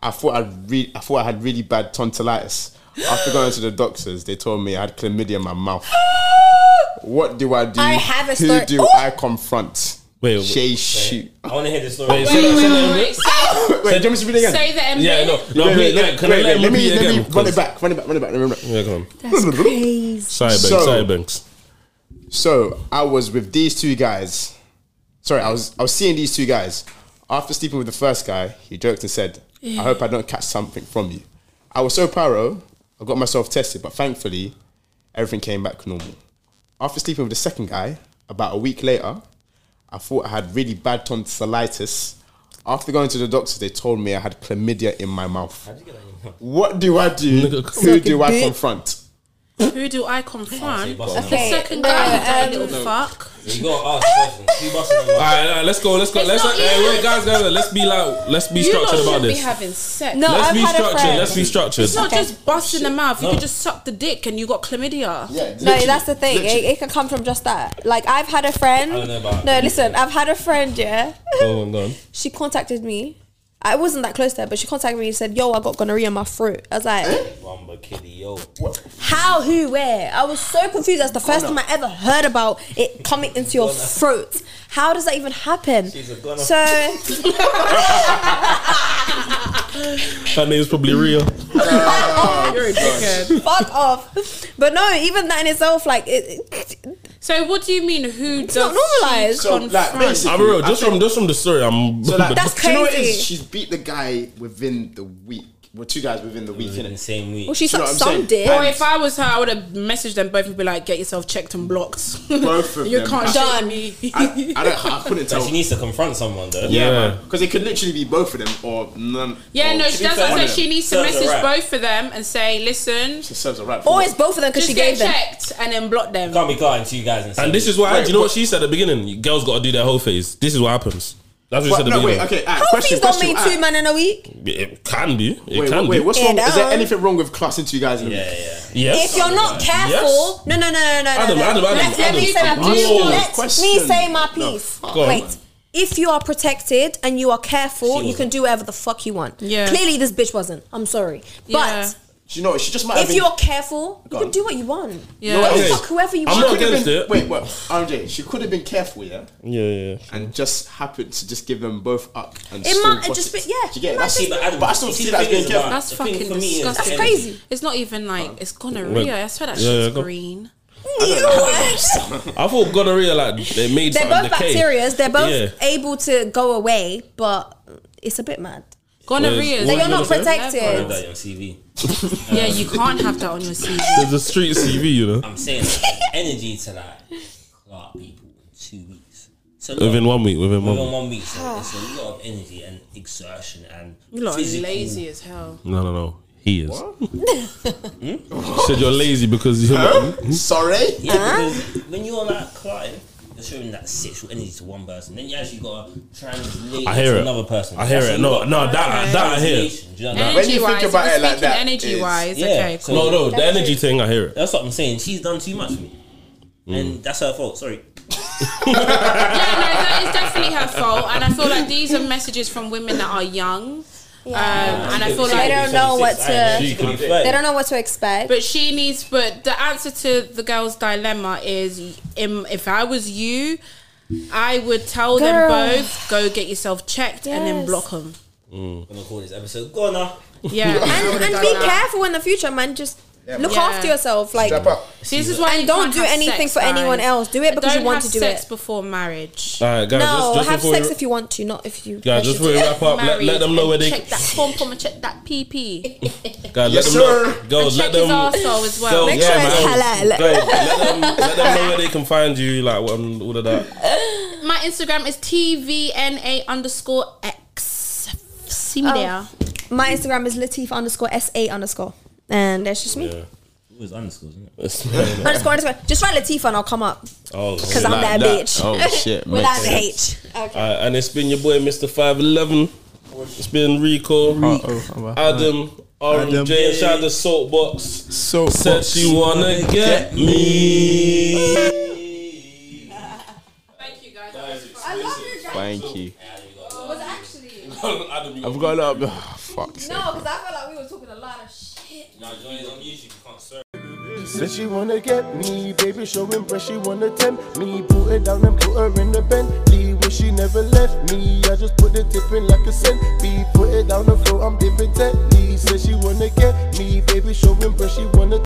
S4: I thought I'd re- I thought I had really bad tonsillitis. After going to the doctors, they told me I had chlamydia in my mouth. What do I do?
S7: I have a
S4: Who
S7: story- Oh!
S4: do
S7: Ooh.
S4: I confront?
S3: Wait, wait.
S4: Shay shoot.
S6: I want to hear the story.
S3: Wait,
S5: Wait,
S3: say that- say
S5: wait,
S3: that
S5: wait,
S3: again.
S5: wait. Say,
S4: Wait, do you want me to read it again?
S5: say the end.
S3: Yeah, no,
S5: bit.
S3: no.
S4: Wait, wait,
S3: Wait,
S4: let,
S3: wait, can I
S4: wait,
S3: let
S4: wait, let
S3: him
S4: me,
S3: repeat
S4: let me
S3: again?
S4: run it back, run it back, run it back, run it back.
S3: Yeah, come on.
S7: Crazy.
S3: Sorry, Banks.
S4: So-
S3: Sorry, Banks.
S4: So I was with these two guys. Sorry, I was I was seeing these two guys. After sleeping with the first guy, he joked and said, "I hope I don't catch something from you." I was so paro, I got myself tested, but thankfully, everything came back normal. After sleeping with the second guy, about a week later, I thought I had really bad tonsillitis. After going to the doctors, they told me I had chlamydia in my mouth. What do I do?
S3: Nigga,
S4: Who do I confront?
S5: Who do I confront?
S6: boss now.
S5: The second
S4: um,
S5: guy,
S7: um,
S5: you dirty little fuck.
S6: You got to ask the question. Who busting them
S3: All
S6: out?
S3: right, all right, let's go. Let's go.
S5: It's
S3: Let's
S5: not
S3: hey,
S5: even-
S3: wait, guys, guys. Let's be like, let's be
S5: You lot
S3: structured about
S5: should be
S3: this.
S5: having sex.
S7: No,
S3: Let's
S7: I've
S3: be
S7: had a
S3: structured.
S7: friend.
S3: Let's be structured.
S5: It's not just busting the mouth. You
S6: No.
S5: can just suck the dick and you got chlamydia.
S7: No, that's the thing. It, it can come from just that. Like I've had a friend.
S6: I don't know about-
S7: no, listen. I've had a friend. Yeah.
S3: Go on, go on.
S7: she contacted me. I wasn't that close to her, but she contacted me and said, "Yo, I got gonorrhea in my throat." I was like,
S6: Rumba kitty, yo.
S7: "How? Who? Where?" I was so confused. That's the first time I ever heard about it coming into your
S6: Gonorrhea.
S7: throat. How does that even happen?
S6: She's a gonorrhea.
S7: So
S3: Her name's probably Ria.
S7: fuck off. But no, even that in itself, like, it, it-
S5: So what do you mean? Who
S7: not
S5: does
S7: normalised.
S5: she
S4: So, like,
S5: confront?
S3: I'm real. Ah, Just from just from the story, I'm.
S4: So like,
S7: That's
S4: do you know what it
S7: crazy.
S4: is? She's beat the guy within the week. Well, two guys within the week,
S6: In the
S4: innit?
S6: same week.
S7: well, she
S4: You know
S7: sucked
S4: what I'm
S7: some
S4: saying?
S7: dick.
S5: Or if I was her, I would have messaged them both and be like, "Get yourself checked and blocked.
S4: Both of
S5: you
S4: them.
S5: can't
S7: Done.
S5: done me."
S4: I, I don't. I couldn't
S6: So
S4: tell.
S6: she needs to confront someone though.
S3: Yeah.
S4: because it could literally be both of them or none.
S5: yeah,
S4: or
S5: no,
S4: oh, to
S5: she
S4: be
S5: that's
S4: fair,
S5: what
S4: one
S5: I
S4: of
S5: said.
S4: them.
S5: She needs to
S6: Serves her
S5: message
S6: right.
S5: both of them and say, "Listen,
S4: It serves a right.
S7: or it's both of them because
S5: just
S7: she
S5: get
S7: gave them.
S5: checked and then block them."
S6: Can't be guarding two guys in the same
S3: And this
S6: week.
S3: is why.
S4: Wait,
S3: do you know what
S4: but-
S3: she said at the beginning? You Girls got to do their whole phase. This is what happens. That's what she
S4: But,
S3: said at
S4: no,
S3: the
S4: wait.
S3: beginning.
S4: Okay, all right,
S7: How
S4: question.
S7: please don't
S4: question
S7: mean
S4: all right.
S7: two men in a week?
S3: It can be. It
S4: Wait,
S3: can
S4: wait,
S3: be.
S4: wait, what's wrong?
S7: Yeah,
S4: Is there
S7: no.
S4: anything wrong with classing two guys in a
S6: Yeah,
S4: week?
S6: yeah.
S3: yes.
S7: If you're not careful, no, no, no, no, no,
S3: Adam,
S7: no, no.
S3: Adam, Adam,
S7: let, let
S3: Adam,
S7: me say my
S3: I'm
S7: piece.
S3: asking
S7: Let
S4: a question.
S7: me say my
S4: No,
S7: piece.
S4: fuck.
S3: Go on.
S7: Wait. If you are protected and you are careful, you
S6: wasn't.
S7: can do whatever the fuck you want.
S5: Yeah.
S7: Clearly, this bitch wasn't. I'm sorry,
S5: Yeah.
S7: but
S4: She know she just might. have
S7: If
S4: been-
S7: you're careful, you
S4: Go
S7: can
S4: on.
S7: do what you want.
S5: Yeah.
S7: You
S3: Okay.
S7: can fuck whoever you
S3: I'm
S7: want.
S3: not
S4: She could have
S3: against
S4: been-
S3: it.
S4: Wait, wait, RJ, she could have been careful, yeah,
S3: Yeah, yeah.
S4: and just happened to just give them both up. And
S7: It
S4: still
S7: might- it
S4: got
S7: just
S4: it.
S7: be- yeah,
S4: Do you get it?
S7: it might
S4: That's-
S7: just
S4: but
S6: be-
S4: I still
S6: See,
S4: see
S6: the
S4: that as
S6: thing
S4: being
S6: is
S4: careful.
S6: about-
S5: That's
S6: The thing
S5: fucking
S6: for me is
S5: disgusting.
S7: That's crazy.
S5: It's not even like it's gonorrhea. I swear that shit's
S3: yeah, go-
S5: green.
S3: I thought gonorrhea like they made
S7: They're
S3: something
S7: both
S3: decay.
S7: bacterias. They're both
S3: Yeah.
S7: able to go away, but it's a bit mad.
S5: Gonorrhea.
S3: Where's-
S5: is
S3: That you're
S5: on
S3: not
S5: another
S7: protected.
S6: I
S5: level.
S6: read that on CV.
S5: Yeah, you can't have that on your CV.
S3: There's a street CV, you know,
S6: I'm saying like, energy to like Clark people in two weeks. So look,
S3: within one week, within one
S6: within
S3: week.
S6: one week, so
S7: Ah.
S6: it's a lot of energy and exertion and
S5: You lot are
S6: physical-
S5: lazy as hell.
S3: No, no, no. He is. You Said you're lazy because you're.
S4: Sorry.
S6: Yeah, because when you're like Clive, you're showing that sexual energy to one person, then you actually gotta translate
S3: I
S6: it
S3: hear
S6: to
S3: it.
S6: another person.
S3: I hear
S6: That's
S3: it.
S6: a
S3: No,
S6: lot of
S3: no, that- that I hear.
S6: translation, do you know what I mean?
S5: Energy wise,
S4: think about it like that,
S5: energy
S4: it's-
S5: wise,
S6: Yeah,
S5: okay,
S6: so-
S5: cool.
S3: No, no, the energy thing, I hear it.
S6: That's what I'm saying. She's done too much for me,
S3: Mm.
S6: and that's her fault. Sorry.
S5: yeah, no, that is definitely her fault. And I feel like these are messages from women that are young. Um, and I feel
S6: She
S5: like
S6: could be
S7: don't know what
S6: 26, I
S7: to-
S6: She could be
S7: They
S6: 30.
S7: don't know what to expect.
S5: But she needs. But the answer to the girl's dilemma is, im- if I was you, I would tell them
S7: Girl.
S5: both go get yourself checked and then
S7: Yes.
S5: block them.
S6: I'm gonna call this episode Gonna.
S5: Yeah,
S7: and, and be careful in the future, man. Just look
S5: man.
S7: after yourself. Like,
S4: Step up.
S5: See, this is why
S7: And
S5: you
S7: don't
S5: can't
S7: do
S5: have
S7: anything
S5: sex,
S7: for anyone
S5: guys.
S7: else. Do it because
S5: Don't
S7: you want
S5: have
S7: to do
S5: sex
S7: it.
S5: before marriage.
S3: All right, guys.
S7: No,
S3: just, just
S7: have
S3: before
S7: sex
S3: we,
S7: if you want to, not if you.
S3: Guys, just before we wrap up, oh, let, let
S5: Married
S3: them know
S5: and
S3: where they.
S5: check that pom pom and check that PP.
S3: Guys,
S4: Yes,
S3: let them know.
S4: sir.
S3: Girls,
S5: check
S3: let
S5: his
S3: them.
S5: arsehole as well.
S3: Girls,
S7: Make sure it's
S3: man.
S7: halal.
S3: Girls, let, them, let them know where they can find you, like what- um, all of that.
S5: My Instagram is tvna underscore x. See me
S7: Oh.
S5: there.
S7: My Instagram is Latif underscore S A underscore, and that's just me.
S6: It was underscores, isn't it?
S7: Underscore underscore. Just write Latif and I'll come up
S3: Oh,
S7: because I'm
S4: Like
S7: that,
S4: that.
S7: bitch.
S4: Oh, shit,
S7: Without
S4: makes
S7: the H. Okay.
S3: Uh, and it's been your boy, Mr. 511. It's been Rico, Adam, RMJ, and shout out to Saltbox.
S4: So
S3: Said she wanna get me.
S5: Thank you guys.
S4: Thank you.
S6: Adam, you
S4: I've got a lot of.
S1: Ah,
S4: Oh, fuck.
S7: because I felt like we were talking a lot of shit.
S6: now join us on YouTube. You can't search.
S1: Said she wanna get me, baby, showing breast, she wanna tempt me. Put her down and put her in the Bentley, where she never left me. I just put the tip in like a centipede. Put it down the floor, I'm dipping deadly. Said she wanna get me, baby, showing breast, she wanna